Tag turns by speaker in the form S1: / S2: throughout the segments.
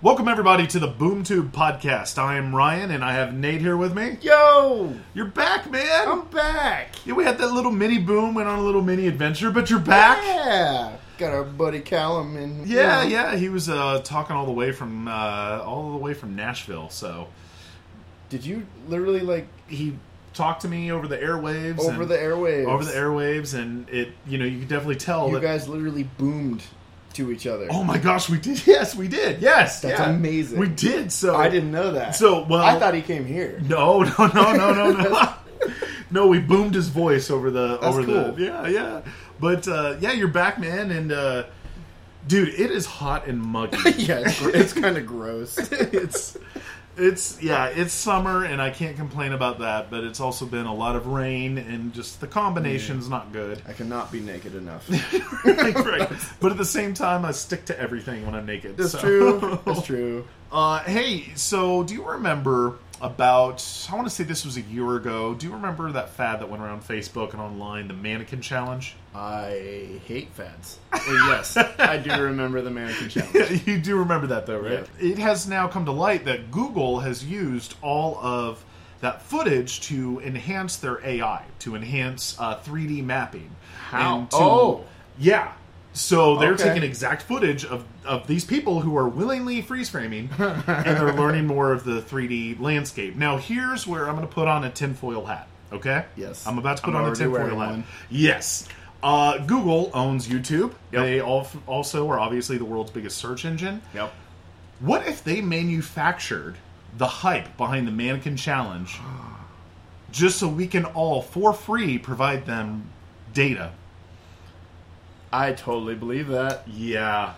S1: Welcome everybody to the BoomTube podcast. I am Ryan, and I have Nate here with me.
S2: Yo,
S1: You're back, man.
S2: I'm back.
S1: yeah, we had that little mini boom, went on a little mini adventure, but you're back.
S2: Yeah, got our buddy Callum and
S1: Yeah, yeah, he was uh, talking all the way from uh, all the way from Nashville. So
S2: Did you literally like
S1: he talked to me over the airwaves,
S2: over
S1: and-
S2: the airwaves?
S1: over the airwaves, and it you know you could definitely tell
S2: You
S1: that.
S2: guys literally boomed to each other.
S1: oh my gosh, we did! Yes, we did! Yes,
S2: That's
S1: yeah.
S2: amazing.
S1: We did. So
S2: I didn't know that.
S1: So, well-
S2: I thought he came here.
S1: No, no, no, no, no, no. no, we boomed his voice over the
S2: That's
S1: over
S2: cool.
S1: the yeah, yeah. But uh, yeah, you're back, man, and uh, dude, it is hot and muggy.
S2: yeah, it's, gr- it's kind of gross.
S1: it's it's yeah, it's summer, and I can't complain about that. But it's also been a lot of rain, and just the combination's not good.
S2: I cannot be naked enough.
S1: Right, right. But at the same time, I stick to everything when I'm naked.
S2: That's
S1: so.
S2: true. That's true.
S1: Uh, hey, so do you remember about? I want to say this was a year ago. Do you remember that fad that went around Facebook and online, the mannequin challenge?
S2: I hate fads. Well, yes, I do remember the mannequin challenge.
S1: you do remember that, though, right? It has now come to light that Google has used all of that footage to enhance their AI, to enhance uh, 3D mapping.
S2: How?
S1: And to-
S2: Oh.
S1: yeah. So they're
S2: Okay.
S1: taking exact footage of, of these people who are willingly freeze framing, and they're learning more of the 3D landscape. Now, here's where I'm going to put on a tinfoil hat. Okay.
S2: Yes.
S1: I'm about to put
S2: I'm
S1: on a
S2: already
S1: tinfoil
S2: wearing
S1: hat.
S2: one.
S1: Yes. Uh, Google owns YouTube.
S2: Yep.
S1: They al- also are obviously the world's biggest search engine.
S2: Yep.
S1: What if they manufactured the hype behind the mannequin challenge just so we can all, for free, provide them data?
S2: I totally believe that.
S1: Yeah.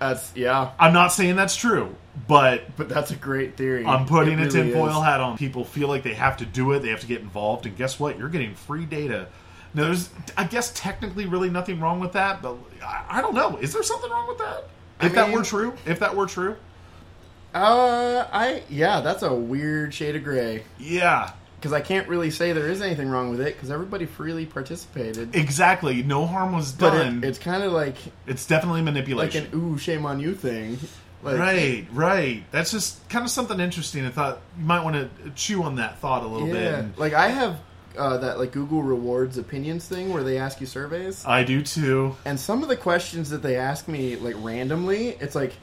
S2: That's yeah,
S1: I'm not saying that's true, but
S2: but that's a great theory.
S1: I'm putting
S2: It
S1: a
S2: really
S1: tinfoil
S2: is.
S1: hat on. People feel like they have to do it, they have to get involved, and guess what? You're getting free data. Now, there's, I guess, technically really nothing wrong with that, but I, I don't know. Is there something wrong with that? If
S2: I
S1: that
S2: mean-
S1: were true, if that were true,
S2: Uh, I yeah, that's a weird shade of gray
S1: yeah,
S2: because I can't really say there is anything wrong with it because everybody freely participated.
S1: exactly. No harm was
S2: but
S1: done.
S2: it, it's kind of like
S1: It's definitely
S2: like
S1: manipulation.
S2: an ooh shame on you thing. Like,
S1: right, right. That's just kind of something interesting. I thought you might want to chew on that thought a little bit.
S2: Yeah.
S1: And
S2: Like I have uh, that like Google Rewards opinions thing where they ask you surveys,
S1: I do too.
S2: and some of the questions that they ask me like randomly, it's like,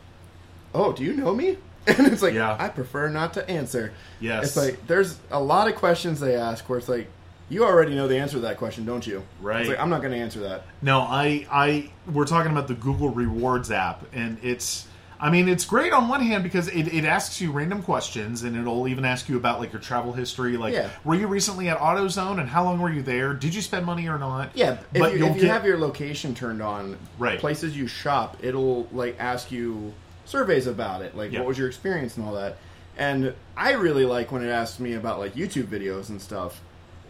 S2: oh, do you know me? And it's like,
S1: Yeah.
S2: I prefer not to answer.
S1: Yes.
S2: It's like there's a lot of questions they ask where it's like you already know the answer to that question, don't you?
S1: Right.
S2: It's like I'm not going to answer that.
S1: No, I, I, we're talking about the Google Rewards app, and it's, I mean, it's great on one hand because it, it asks you random questions, and it'll even ask you about like your travel history, like
S2: Yeah.
S1: were you recently at AutoZone, and how long were you there? Did you spend money or not?
S2: Yeah, if
S1: but
S2: you,
S1: you'll
S2: if you
S1: get-
S2: have your location turned on,
S1: Right.
S2: places you shop, it'll like ask you surveys about it, like
S1: Yeah.
S2: what was your experience and all that. And I really like when it asks me about like YouTube videos and stuff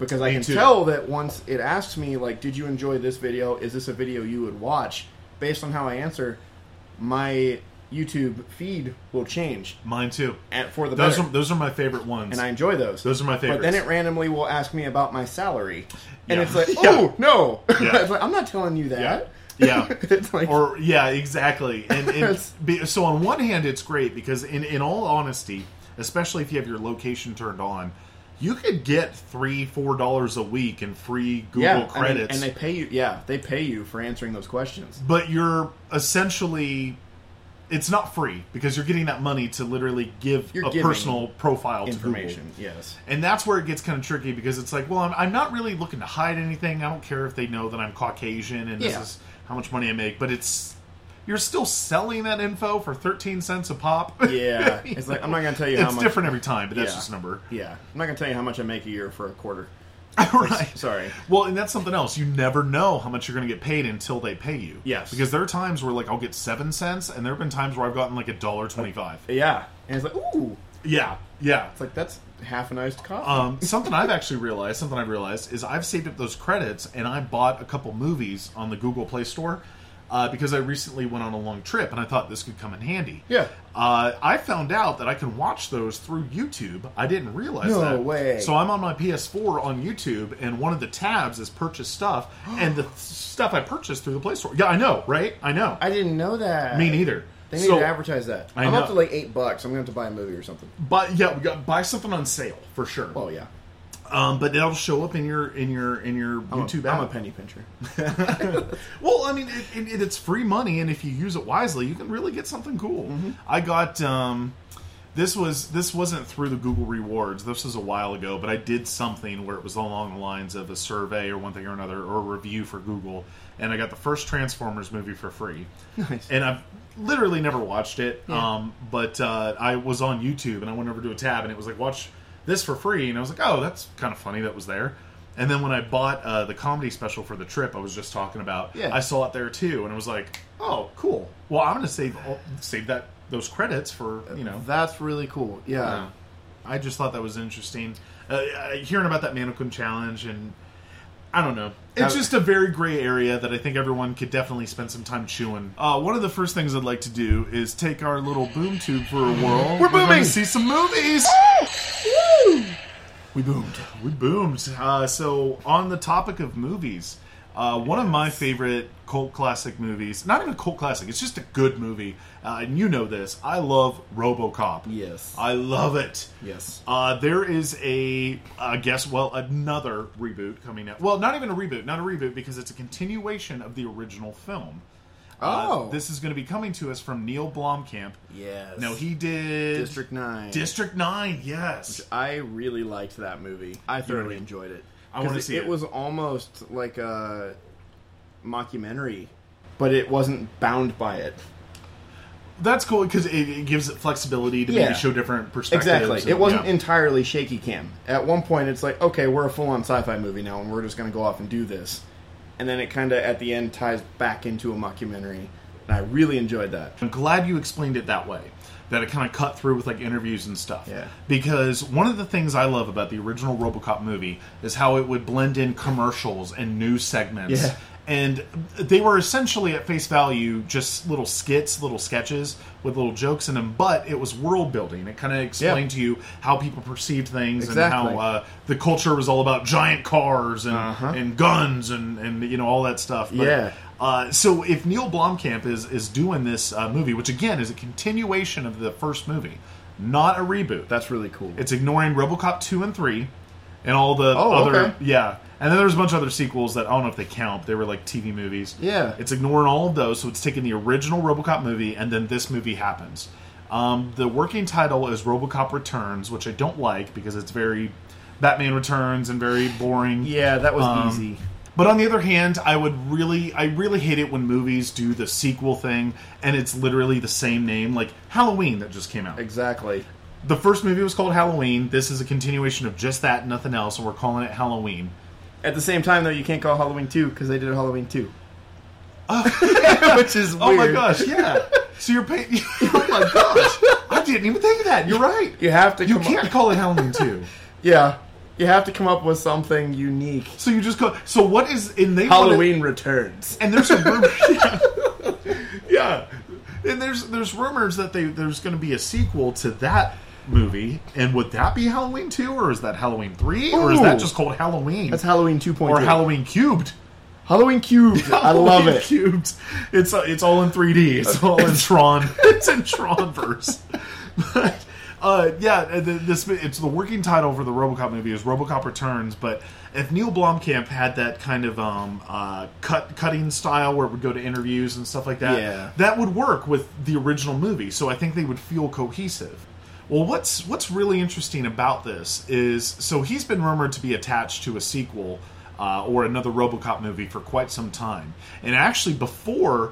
S2: because I
S1: Me
S2: can
S1: too.
S2: tell that once it asks me like, "Did you enjoy this video? Is this a video you would watch?" Based on how I answer, my YouTube feed will change
S1: mine too.
S2: and for the
S1: Those
S2: better.
S1: are those are my favorite ones.
S2: and I enjoy those.
S1: Those are my
S2: But then
S1: favorites.
S2: it randomly will ask me about my salary, and
S1: Yeah.
S2: it's like,
S1: Yeah.
S2: oh no,
S1: Yeah.
S2: It's like, I'm not telling you that.
S1: Yeah. Yeah.
S2: it's like,
S1: or yeah, exactly. And, and be- so on one hand, it's great because in in all honesty, especially if you have your location turned on, you could get three four dollars a week in free Google
S2: yeah, I mean,
S1: credits.
S2: and they pay you. Yeah, they pay you for answering those questions.
S1: but you're essentially it's not free because you're getting that money to literally give
S2: You're
S1: a
S2: giving
S1: personal profile to Google.
S2: Information, yes.
S1: And that's where it gets kind of tricky because it's like, well, I'm, I'm not really looking to hide anything. I don't care if they know that I'm Caucasian and this
S2: Yeah.
S1: is how much money I make, but it's you're still selling that info for 13 cents a pop.
S2: Yeah, it's like I'm not gonna tell you how
S1: it's
S2: much.
S1: different every time, but that's
S2: Yeah.
S1: just a number.
S2: Yeah, I'm not gonna tell you how much I make a year for a quarter.
S1: right.
S2: Sorry.
S1: Well, and that's something else. You never know how much you're going to get paid until they pay you.
S2: Yes.
S1: Because there are times where like I'll get 7 cents and there've been times where I've gotten like a dollar 25.
S2: Yeah, and it's like, ooh,
S1: Yeah. Yeah.
S2: it's like that's half an iced coffee.
S1: Um, something I've actually realized, something I've realized is I've saved up those credits and I bought a couple movies on the Google Play Store uh, because I recently went on a long trip and I thought this could come in handy.
S2: Yeah.
S1: Uh, I found out that I can watch those through YouTube. I didn't realize
S2: No
S1: that.
S2: way.
S1: So I'm on my PS4 on YouTube and one of the tabs is purchase stuff and the stuff I purchased through the Play Store. Yeah, I know, right? I know.
S2: I didn't know that.
S1: Me neither.
S2: They need
S1: So-
S2: to advertise that.
S1: I
S2: I'm
S1: know.
S2: up to like eight bucks. I'm gonna have to buy a movie or something.
S1: But yeah, we got buy something on sale for sure.
S2: Oh yeah,
S1: Um, but it'll show up in your in your in your
S2: I'm, a,
S1: YouTube
S2: I'm a
S1: app.
S2: penny pincher.
S1: Well, I mean, it, it, it's free money, and if you use it wisely, you can really get something cool. I got um, this was this wasn't through the Google Rewards. This was a while ago, but I did something where it was along the lines of a survey or one thing or another or a review for Google, and I got the first Transformers movie for free.
S2: Nice.
S1: And I've literally never watched it, um, but uh, I was on YouTube and I went over to a tab and it was like watch this for free, and I was like, oh, that's kind of funny that was there. And then when I bought uh, the comedy special for the trip I was just talking about,
S2: Yeah.
S1: I saw it there too, and I was like, oh, cool. Well, I'm going to save all, save that those credits for you know
S2: that's really cool. Yeah.
S1: I just thought that was interesting. Uh, uh, hearing about that mannequin challenge and I don't know. It's
S2: I-
S1: just a very gray area that I think everyone could definitely spend some time chewing. Uh, one of the first things I'd like to do is take our little boom tube for a whirl. We're
S2: booming!
S1: to see some movies.
S2: we boomed.
S1: We boomed. Uh, so on the topic of movies, uh, one of my favorite cult classic movies, not even a cult classic, it's just a good movie. Uh, and you know this. I love RoboCop.
S2: Yes.
S1: I love it.
S2: Yes.
S1: Uh, there is a, I guess, well, another reboot coming out. Well, not even a reboot, not a reboot, because it's a continuation of the original film.
S2: Oh.
S1: Uh, this is going to be coming to us from Neil Blomkamp.
S2: Yes.
S1: No, he did
S2: District Nine.
S1: District Nine. Yes,
S2: I really liked that movie. I thoroughly
S1: really-
S2: enjoyed it.
S1: I wanna
S2: 'Cause
S1: see it.
S2: was almost like a mockumentary, but it wasn't bound by it.
S1: that's cool because it, it gives it flexibility to
S2: Yeah.
S1: maybe show different perspectives.
S2: Exactly.
S1: and-
S2: It wasn't
S1: yeah.
S2: entirely shaky cam. At one point, it's like, okay, we're a full on sci fi movie now, and we're just going to go off and do this. And then it kind of, at the end, ties back into a mockumentary. And I really enjoyed that.
S1: I'm glad you explained it that way. That it kind of cut through with like interviews and stuff.
S2: Yeah.
S1: Because one of the things I love about the original RoboCop movie is how it would blend in commercials and news segments.
S2: Yeah.
S1: And they were essentially at face value just little skits, little sketches with little jokes in them, but it was world building. It kind of explained to you how people perceived things
S2: Exactly. Uh-huh.
S1: and how uh, the culture was all about giant cars and, and guns and, and you know all that stuff. But,
S2: Yeah.
S1: Uh, so if Neil Blomkamp is is doing this uh, movie, which again is a continuation of the first movie, not a reboot.
S2: That's really cool.
S1: It's ignoring RoboCop two and three, and all the
S2: Oh,
S1: other
S2: okay.
S1: yeah. And then there's a bunch of other sequels that I don't know if they count. They were like TV movies.
S2: Yeah.
S1: it's ignoring all of those. So it's taking the original RoboCop movie, and then this movie happens. Um, the working title is RoboCop Returns, which I don't like because it's very Batman Returns and very boring.
S2: yeah, that was
S1: Um,
S2: easy.
S1: But on the other hand, I would really, I really hate it when movies do the sequel thing and it's literally the same name, like Halloween that just came out.
S2: Exactly.
S1: The first movie was called Halloween. This is a continuation of just that, nothing else, and we're calling it Halloween.
S2: At the same time, though, you can't call Halloween 2 because they did Halloween 2. Which is weird.
S1: Oh my gosh, yeah. so you're paying. oh my gosh, I didn't even think of that. You're right.
S2: You have to
S1: You
S2: come
S1: can't
S2: Up,
S1: call it Halloween too.
S2: yeah. You have to come up with something unique.
S1: So you just call. So what is in they wanted-
S2: Halloween returns.
S1: and there's a rumor, yeah. Yeah. and there's there's rumors that they there's going to be a sequel to that movie, and would that be Halloween two, or is that Halloween three, or is that
S2: Ooh.
S1: just called Halloween,
S2: That's Halloween 2.0.
S1: or Halloween cubed?
S2: Halloween cubed. I love
S1: Halloween
S2: it.
S1: Cubed. It's uh, it's all in 3D. It's all in Tron. It's in Tronverse. But uh, yeah, uh, th- this it's the working title for the RoboCop movie is RoboCop Returns. But if Neil Blomkamp had that kind of um, uh, cut cutting style where it would go to interviews and stuff like that,
S2: Yeah.
S1: that would work with the original movie. So I think they would feel cohesive. Well, what's what's really interesting about this is so he's been rumored to be attached to a sequel uh, or another RoboCop movie for quite some time, and actually before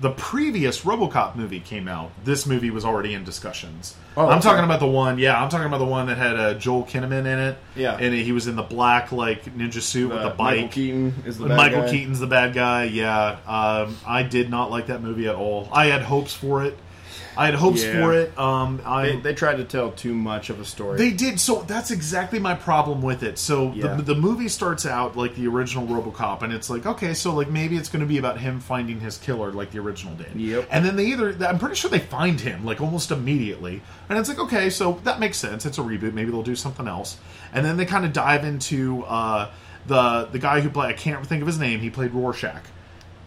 S1: the previous RoboCop movie came out, this movie was already in discussions.
S2: Oh,
S1: I'm
S2: okay.
S1: talking about the one, yeah, I'm talking about the one that had uh, Joel Kinnaman in it,
S2: Yeah.
S1: and he was in the black like ninja suit with
S2: Uh,
S1: the bike.
S2: Michael Keaton is the bad
S1: Michael
S2: guy.
S1: Keaton's the bad guy. Yeah, um, I did not like that movie at all. I had hopes for it. I had hopes
S2: Yeah.
S1: for it. Um, I,
S2: They, they tried to tell too much of a story.
S1: they did. So that's exactly my problem with it. So
S2: Yeah.
S1: the, the movie starts out like the original RoboCop, and it's like, okay, so like maybe it's going to be about him finding his killer, like the original did.
S2: Yep.
S1: And then they either I'm pretty sure they find him like almost immediately, and it's like, okay, so that makes sense. It's a reboot. Maybe they'll do something else. And then they kind of dive into uh, the the guy who played. I can't think of his name. He played Rorschach.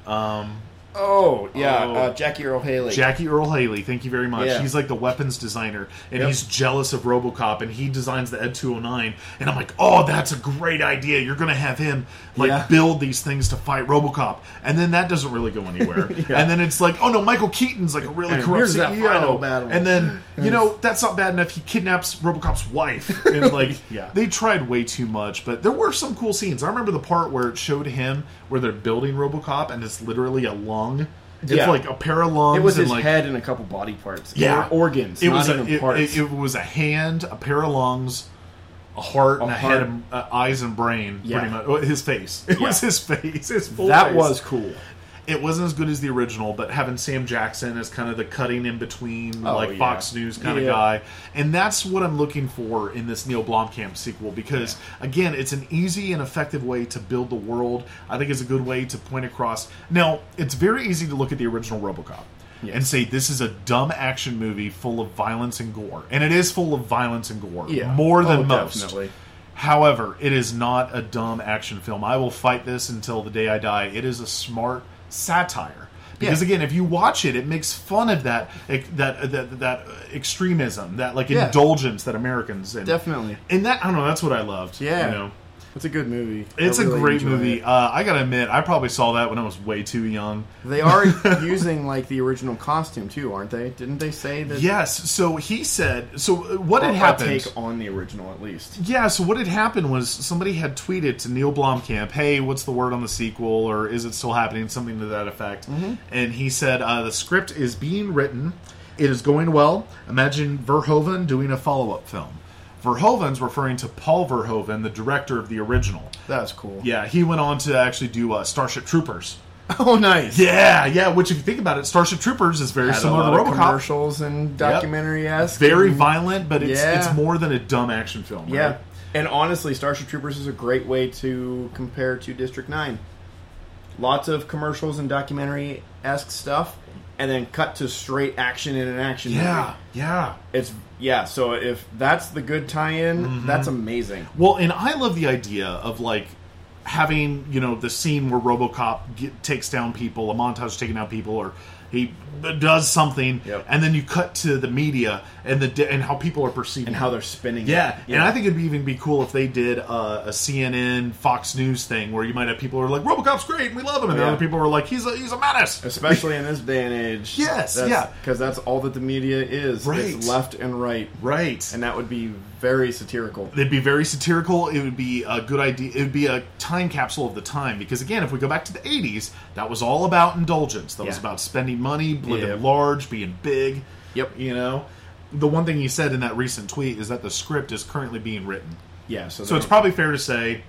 S1: Um,
S2: Oh yeah,
S1: Oh.
S2: Uh, Jackie Earl Haley.
S1: Jackie Earl Haley, thank you very much.
S2: Yeah.
S1: He's like the weapons designer, and
S2: Yep.
S1: he's jealous of RoboCop, and he designs the Ed 209. And I'm like, oh, that's a great idea. You're gonna have him like
S2: Yeah.
S1: build these things to fight RoboCop, and then that doesn't really go anywhere. And then it's like, oh no, Michael Keaton's like a really
S2: And
S1: corrupt
S2: here's that
S1: CEO.
S2: final battle.
S1: And then you know that's not bad enough. He kidnaps RoboCop's wife, and like
S2: Yeah.
S1: they tried way too much. But there were some cool scenes. I remember the part where it showed him where they're building RoboCop, and it's literally a lung. It's
S2: Yeah.
S1: like a pair of lungs.
S2: It was
S1: and
S2: his
S1: like,
S2: head and a couple body parts.
S1: yeah,
S2: Or organs.
S1: It
S2: not
S1: was
S2: even
S1: a, it-
S2: parts.
S1: It, it was a hand, a pair of lungs, a heart, and a
S2: heart.
S1: head, and, uh, eyes, and brain.
S2: Yeah.
S1: Pretty much, Well, his face. It
S2: Yeah.
S1: was his face. His full
S2: that
S1: face.
S2: was cool.
S1: It wasn't as good as the original, but having Sam Jackson as kind of the cutting in between,
S2: Oh,
S1: like
S2: yeah.
S1: Fox News kind
S2: Yeah.
S1: of guy, and that's what I'm looking for in this Neil Blomkamp sequel because again, it's an easy and effective way to build the world. I think it's a good way to point across. Now, it's very easy to look at the original RoboCop.
S2: Yeah.
S1: And say this is a dumb action movie full of violence and gore, and it is full of violence and gore,
S2: Yeah.
S1: more than
S2: Oh,
S1: most.
S2: definitely.
S1: However, it is not a dumb action film. I will fight this until the day I die. It is a smart satire. Because
S2: Yeah.
S1: again, if you watch it, it makes fun of that that that, that extremism, that like
S2: Yeah.
S1: indulgence that Americans and
S2: Definitely.
S1: and that I don't know. That's what I loved.
S2: Yeah.
S1: you know,
S2: It's a good movie. I
S1: it's
S2: really
S1: a great
S2: enjoy
S1: movie.
S2: it.
S1: Uh, I gotta admit, I probably saw that when I was way too young.
S2: They are using like the original costume too, aren't they? Didn't they say that?
S1: Yes. So he said. So what
S2: Or
S1: had
S2: a
S1: happened?
S2: Take on the original at least.
S1: Yeah, so what had happened was somebody had tweeted to Neil Blomkamp, "Hey, what's the word on the sequel, or is it still happening?" Something to that effect.
S2: Mm-hmm.
S1: And he said, uh, "The script is being written. It is going well. Imagine Verhoeven doing a follow-up film." Verhoeven's referring to Paul Verhoeven, the director of the original.
S2: That's cool.
S1: Yeah, he went on to actually do uh, Starship Troopers.
S2: Oh, nice.
S1: Yeah, yeah. Which, if you think about it, Starship Troopers is very
S2: Had a
S1: similar
S2: lot
S1: to
S2: of
S1: RoboCop.
S2: commercials and documentary esque.
S1: Very violent, but it's
S2: Yeah.
S1: it's more than a dumb action film.
S2: Yeah.
S1: right?
S2: And honestly, Starship Troopers is a great way to compare to District 9. Lots of commercials and documentary esque stuff, and then cut to straight action in an action
S1: yeah,
S2: movie.
S1: yeah.
S2: It's, yeah, so if that's the good tie in,
S1: Mm-hmm.
S2: that's amazing.
S1: Well, and I love the idea of like having you know the scene where RoboCop get, takes down people, a montage taking down people, or he does something,
S2: Yep.
S1: and then you cut to the media and the di- and how people are perceiving
S2: And how they're spinning it.
S1: yeah, and I think it'd be even be cool if they did uh, a CNN, Fox News thing where you might have people who are like, "RoboCop's great, we love him," and
S2: Oh, Yeah.
S1: the other people are like, "He's a he's a menace."
S2: Especially in this day and age.
S1: Yes,
S2: that's,
S1: yeah.
S2: Because that's all that the media is.
S1: Right.
S2: It's left and right.
S1: Right,
S2: And that would be very satirical.
S1: It'd be very satirical. It would be a good idea. It would be a time capsule of the time because, again, if we go back to the '80s, that was all about indulgence. That was
S2: Yeah.
S1: about spending money, living
S2: Yeah.
S1: large, being big.
S2: Yep.
S1: You know, the one thing he said in that recent tweet is that the script is currently being written.
S2: Yeah, so,
S1: So it's probably fair to say,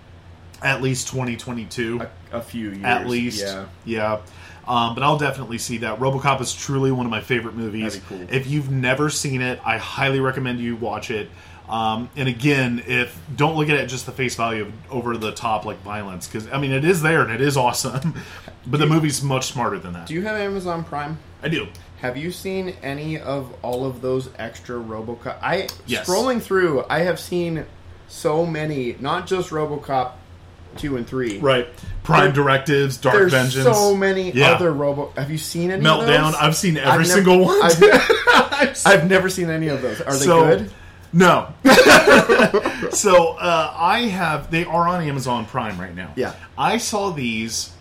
S1: at least 2022,
S2: a few years.
S1: at least.
S2: Yeah.
S1: Yeah. Um, but I'll definitely see that. RoboCop is truly one of my favorite movies.
S2: That'd be cool.
S1: If you've never seen it, I highly recommend you watch it. Um, and again, if don't look at it just the face value of over the top like violence because I mean it is there and it is awesome, but the movie's much smarter than that.
S2: Do you have Amazon Prime?
S1: I do.
S2: Have you seen any of all of those extra RoboCop? I
S1: Yes.
S2: scrolling through, I have seen so many, not just RoboCop two and three.
S1: Right. Prime
S2: There-
S1: directives, Dark
S2: There's
S1: Vengeance,
S2: so many
S1: Yeah.
S2: other Robo. Have you seen any Of
S1: Meltdown.
S2: those?
S1: I've seen every
S2: I've nev-
S1: single one.
S2: I've,
S1: I've seen-
S2: I've never seen any of those. Are they good?
S1: No. so uh, I have. They are on Amazon Prime right now.
S2: Yeah.
S1: I saw these.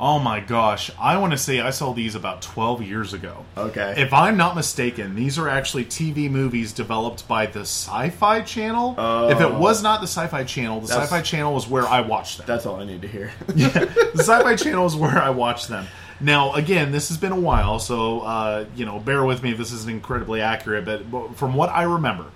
S1: Oh my gosh! I want to say I saw these about twelve years ago.
S2: Okay.
S1: If I'm not mistaken, these are actually TV movies developed by the Sci-Fi Channel. if it was not the Sci-Fi Channel, the
S2: Oh. That's-
S1: Sci-Fi Channel was where I watched them.
S2: That's all I need to hear.
S1: the Sci-Fi Channel is where I watch them. Now, again, this has been a while, so uh, you know, bear with me if this isn't incredibly accurate. But but from what I remember,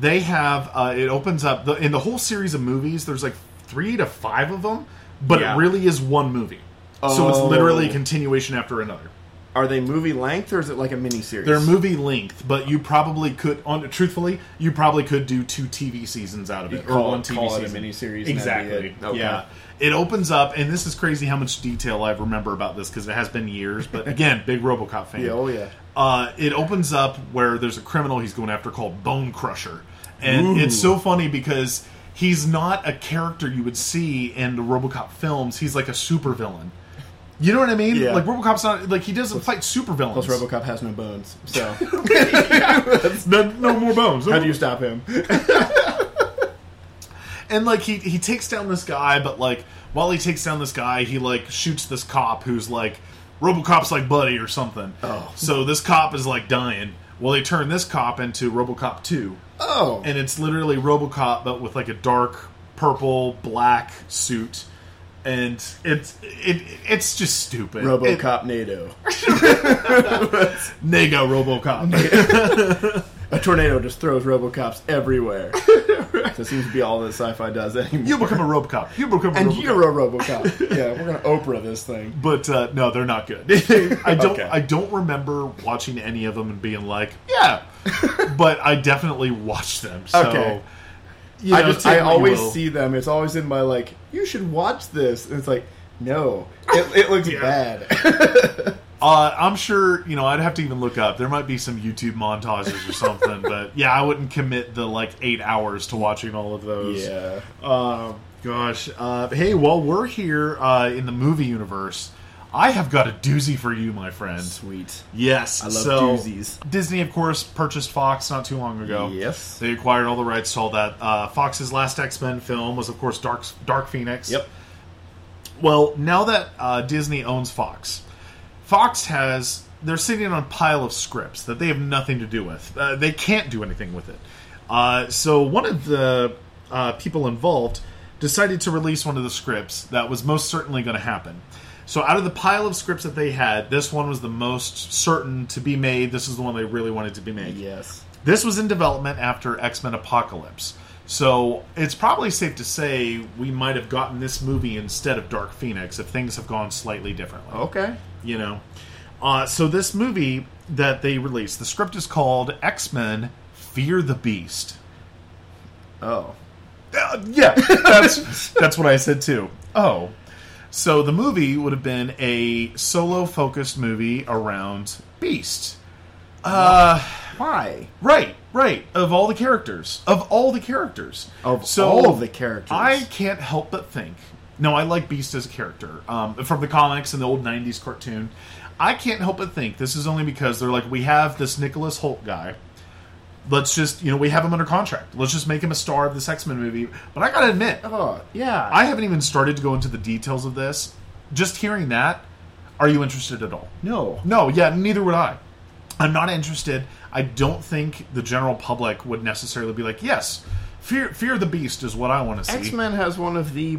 S1: they have uh, it opens up the, in the whole series of movies. There's like three to five of them, but
S2: Yeah.
S1: it really is one movie. So it's
S2: Oh.
S1: literally a continuation after another.
S2: Are they movie length or is it like a mini series?
S1: They're movie length, but you probably could, on truthfully, you probably could do two TV seasons out of it, or
S2: Call-
S1: one TV
S2: call it a
S1: season.
S2: miniseries and that'd be
S1: exactly.
S2: it. Okay.
S1: Yeah, it opens up, and this is crazy how much detail I remember about this because it has been years. But again, big RoboCop fan.
S2: Yeah, oh yeah.
S1: Uh, it opens up where there's a criminal he's going after called Bone Crusher, and
S2: Ooh.
S1: it's so funny because he's not a character you would see in the RoboCop films. He's like a supervillain. You know what I mean?
S2: Yeah.
S1: Like RoboCop's not like he doesn't fight supervillains.
S2: Plus, RoboCop has no bones, so
S1: no, no more bones.
S2: how do you stop him?
S1: and like he he takes down this guy, but like while he takes down this guy, he like shoots this cop who's like RoboCop's like buddy or something.
S2: Oh.
S1: so this cop is like dying. Well, they turn this cop into RoboCop two,
S2: Oh,
S1: and it's literally RoboCop but with like a dark purple black suit, and it's it it's just stupid. It-
S2: RoboCop NATO.
S1: Nega RoboCop.
S2: A tornado just throws RoboCops everywhere. that seems to be all that sci-fi does anymore.
S1: you become a RoboCop. You become a
S2: and
S1: RoboCop.
S2: you're a RoboCop. yeah, we're gonna Oprah this thing.
S1: but uh, no, they're not good. I don't.
S2: Okay.
S1: I don't remember watching any of them and being like, yeah. but I definitely watched them. So,
S2: Okay.
S1: you
S2: I
S1: know,
S2: just
S1: take
S2: I
S1: what you
S2: always
S1: will.
S2: see them. It's always in my like. You should watch this. And it's like no, it, it looks
S1: Yeah.
S2: bad.
S1: Uh, I'm sure you know. I'd have to even look up. There might be some YouTube montages or something. but yeah, I wouldn't commit the like eight hours to watching all of those.
S2: yeah.
S1: Uh, gosh. Uh, hey, while we're here uh, in the movie universe, I have got a doozy for you, my friend.
S2: Sweet.
S1: Yes,
S2: I love
S1: so
S2: doozies.
S1: Disney, of course, purchased Fox not too long ago.
S2: Yes.
S1: they acquired all the rights to all that. Uh, Fox's last X Men film was, of course, Dark Dark Phoenix.
S2: Yep.
S1: Well, now that uh, Disney owns Fox, Fox has they're sitting on a pile of scripts that they have nothing to do with. Uh, they can't do anything with it. Uh, so one of the uh, people involved decided to release one of the scripts that was most certainly going to happen. So out of the pile of scripts that they had, this one was the most certain to be made. This is the one they really wanted to be made.
S2: Yes.
S1: This was in development after X Men Apocalypse. So it's probably safe to say we might have gotten this movie instead of Dark Phoenix if things have gone slightly differently.
S2: Okay.
S1: You know? Uh, so this movie that they released, the script is called X Men Fear the Beast.
S2: Oh.
S1: Uh, yeah, that's, that's what I said too. Oh. So the movie would have been a solo focused movie around Beast. Uh.
S2: Why?
S1: Right, right. Of all the characters, of all the characters,
S2: Of all of the characters.
S1: I can't help but think. No, I like Beast as a character um, from the comics and the old '90s cartoon. I can't help but think this is only because they're like, we have this Nicholas Holt guy. Let's just, you know, we have him under contract. Let's just make him a star of this X Men movie. But I gotta admit,
S2: Oh yeah.
S1: I haven't even started to go into the details of this. Just hearing that, are you interested at all?
S2: no.
S1: No, yeah, neither would I. I'm not interested. I don't think the general public would necessarily be like, yes, Fear, Fear the Beast is what I want to see.
S2: X Men has one of the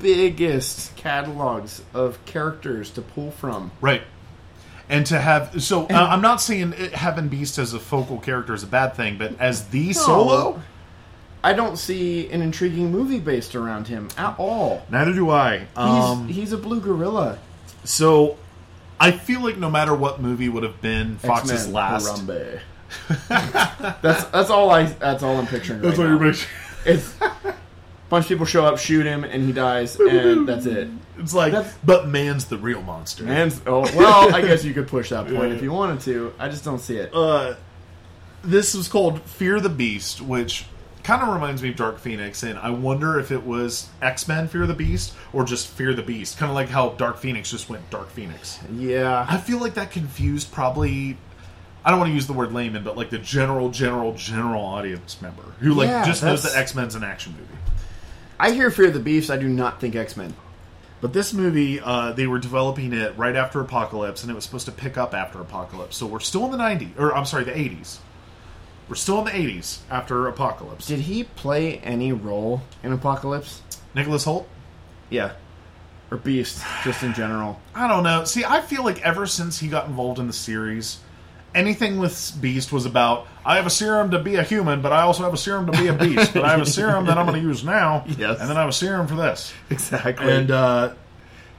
S2: biggest catalogs of characters to pull from.
S1: Right. And to have, so uh, I'm not saying it, having Beast as a focal character is a bad thing, but as the solo?
S2: Oh, I don't see an intriguing movie based around him at all.
S1: Neither do I.
S2: He's,
S1: Um,
S2: he's a blue gorilla.
S1: so I feel like no matter what movie would have been Fox's
S2: X-Men,
S1: last.
S2: Harambe. that's that's all I that's all I'm picturing. That's right now. It's bunch of people show up, shoot him, and he dies, and that's it.
S1: It's like,
S2: That's-
S1: but man's the real monster.
S2: And oh well, I guess you could push that point if you wanted to. I just don't see it.
S1: uh, this was called Fear the Beast, which kind of reminds me of Dark Phoenix, and I wonder if it was X Men Fear the Beast or just Fear the Beast, kind of like how Dark Phoenix just went Dark Phoenix.
S2: Yeah,
S1: I feel like that confused probably. I don't want to use the word layman, but like the general, general, general audience member who like
S2: Yeah,
S1: just knows
S2: that's-
S1: that X Men's an action movie.
S2: I hear Fear the Beast. I do not think X Men.
S1: But this movie, uh, they were developing it right after Apocalypse, and it was supposed to pick up after Apocalypse. So we're still in the '90s, or I'm sorry, the '80s. We're still in the '80s after Apocalypse.
S2: Did he play any role in Apocalypse?
S1: Nicholas Holt?
S2: Yeah, or Beast just in general.
S1: I don't know. See, I feel like ever since he got involved in the series, anything with Beast was about I have a serum to be a human, but I also have a serum to be a beast. but I have a serum that I'm going to use now,
S2: Yes.
S1: and then I have a serum for this.
S2: Exactly.
S1: And uh,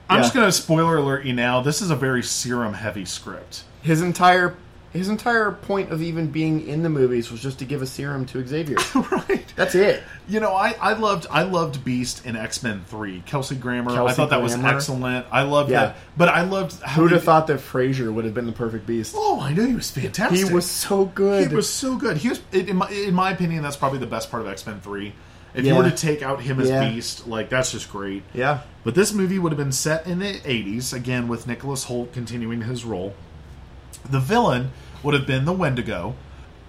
S1: I'm
S2: Yeah.
S1: just going to spoiler alert you now. This is a very serum heavy script.
S2: his entire his entire point of even being in the movies was just to give a serum to Xavier.
S1: right.
S2: That's it.
S1: You know, I, I loved I loved Beast in X Men Three. Kelsey Grammer, I
S2: Kelsey
S1: thought that was
S2: Grammer.
S1: excellent. I loved
S2: Yeah.
S1: that, but I loved how
S2: Who'd have
S1: they-
S2: thought that Frazier would have been the perfect Beast?
S1: Oh, I know he was fantastic.
S2: He was so good.
S1: He was so good. He was, in my, in my opinion, that's probably the best part of X Men Three. If you were
S2: Yeah.
S1: to take out him as
S2: Yeah.
S1: Beast, like that's just great.
S2: Yeah.
S1: But this movie would have been set in the 80s, again with Nicholas Holt continuing his role. The villain would have been the Wendigo.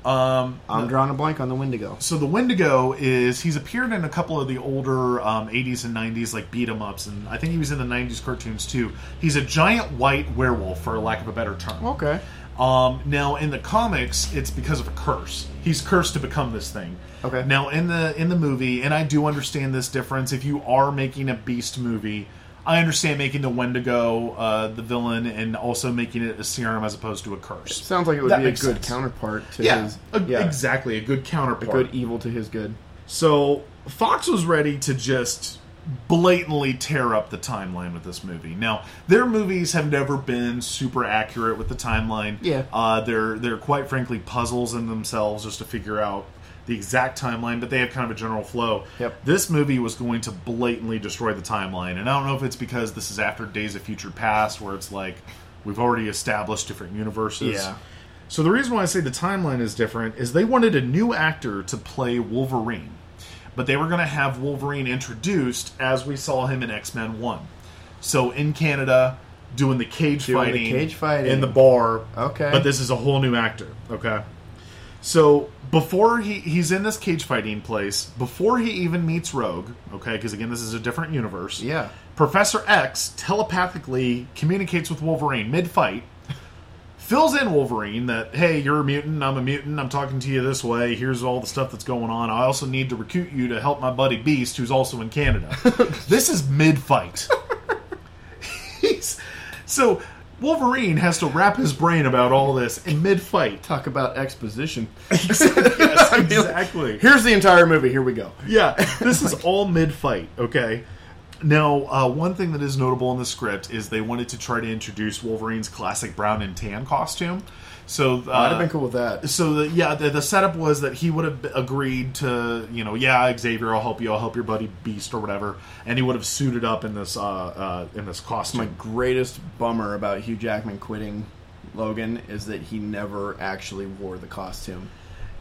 S1: Um,
S2: I'm drawing a blank on the Wendigo.
S1: so the Wendigo is he's appeared in a couple of the older um, 80s and 90s like beat 'em ups, and I think he was in the 90s cartoons too. He's a giant white werewolf, for lack of a better term.
S2: Okay.
S1: Um, now in the comics, it's because of a curse. He's cursed to become this thing.
S2: Okay.
S1: Now in the in the movie, and I do understand this difference. If you are making a Beast movie, I understand making the Wendigo uh, the villain, and also making it a serum as opposed to a curse.
S2: Sounds like it would
S1: That
S2: be a good
S1: makes sense.
S2: counterpart to
S1: yeah,
S2: his.
S1: a-
S2: yeah.
S1: exactly. A good counterpart.
S2: Good evil to his good.
S1: So Fox was ready to just blatantly tear up the timeline with this movie. Now, their movies have never been super accurate with the timeline.
S2: Yeah.
S1: Uh, they're they're quite frankly puzzles in themselves just to figure out the exact timeline, but they have kind of a general flow.
S2: Yep.
S1: This movie was going to blatantly destroy the timeline, and I don't know if it's because this is after Days of Future Past, where it's like we've already established different universes.
S2: Yeah.
S1: So the reason why I say the timeline is different is they wanted a new actor to play Wolverine, but they were going to have Wolverine introduced as we saw him in X Men One. So in Canada, doing the cage
S2: Doing the
S1: fighting,
S2: cage fighting.
S1: in the bar.
S2: Okay.
S1: but this is a whole new actor. Okay. So before he he's in this cage fighting place, before he even meets Rogue, okay, because again this is a different universe.
S2: Yeah.
S1: Professor X telepathically communicates with Wolverine mid fight, fills in Wolverine that, hey, you're a mutant, I'm a mutant, I'm talking to you this way, here's all the stuff that's going on. I also need to recruit you to help my buddy Beast, who's also in Canada. this is mid fight. He's so Wolverine has to wrap his brain about all this in mid fight.
S2: Talk about exposition.
S1: yes, exactly.
S2: Here's the entire movie. Here we go.
S1: Yeah, this is all mid fight, okay? Now, uh, one thing that is notable in the script is they wanted to try to introduce Wolverine's classic brown and tan costume. So, uh,
S2: I'd have been cool with that.
S1: so the, yeah, the, the setup was that he would have agreed to, you know, yeah, Xavier, I'll help you, I'll help your buddy Beast or whatever, and he would have suited up in this uh, uh, in this costume.
S2: My greatest bummer about Hugh Jackman quitting Logan is that he never actually wore the costume.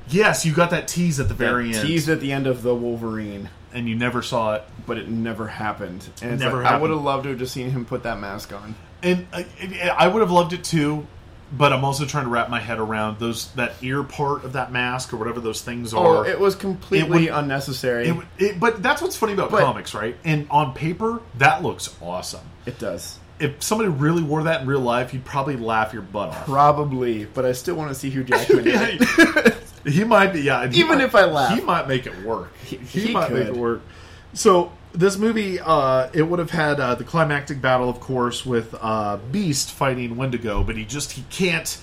S1: yes, you got that tease at the very
S2: That
S1: end,
S2: Teased at the end of the Wolverine,
S1: and you never saw it.
S2: but it never happened. And it's
S1: Never
S2: like, I
S1: happened.
S2: would have loved to have just seen him put that mask on.
S1: and uh, it- I would have loved it too, but I'm also trying to wrap my head around those that ear part of that mask or whatever those things
S2: Or
S1: are.
S2: Oh, it was completely unnecessary.
S1: It would- it- but that's what's funny about
S2: But-
S1: comics, right? And on paper, that looks awesome.
S2: it does.
S1: If somebody really wore that in real life, you'd probably laugh your butt off.
S2: Probably, but I still want to see Hugh Jackman. in it.
S1: he might be. Yeah, he
S2: Even
S1: might-
S2: if I laugh.
S1: he might make it work. He,
S2: he
S1: might make
S2: could.
S1: it work. So this movie, uh, it would have had uh, the climactic battle, of course, with uh, Beast fighting Wendigo, but he just he can't.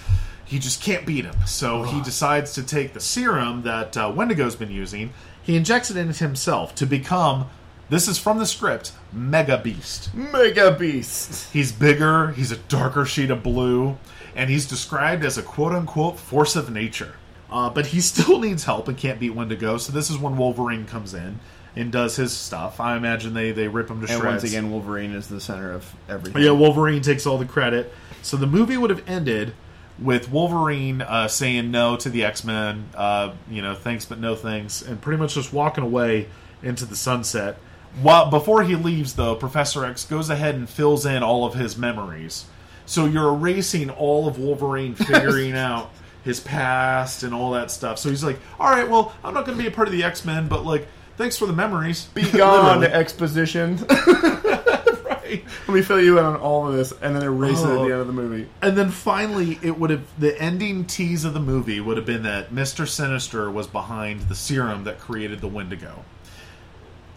S1: He just can't beat him. So he decides to take the serum that uh, Wendigo's been using. He injects it into himself to become. This is from the script. Mega Beast.
S2: Mega Beast.
S1: He's bigger, he's a darker shade of blue, and he's described as a quote unquote force of nature. Uh, but he still needs help and can't beat Wendigo, so this is when Wolverine comes in and does his stuff. I imagine they, they rip him to
S2: And
S1: shreds.
S2: once again, Wolverine is the center of everything.
S1: Yeah, Wolverine takes all the credit. So the movie would have ended with Wolverine uh, saying no to the X Men, uh, you know, thanks but no thanks, and pretty much just walking away into the sunset. While before he leaves, though, Professor X goes ahead and fills in all of his memories. So you're erasing all of Wolverine figuring out his past and all that stuff. So he's like, "All right, well, I'm not going to be a part of the X Men, but like, thanks for the memories."
S2: Be gone,
S1: Literally.
S2: exposition. Let me fill you in on all of this, and then erase it at
S1: Oh.
S2: the end of the movie.
S1: And then finally, it would have the ending tease of the movie would have been that Mister Sinister was behind the serum that created the Wendigo,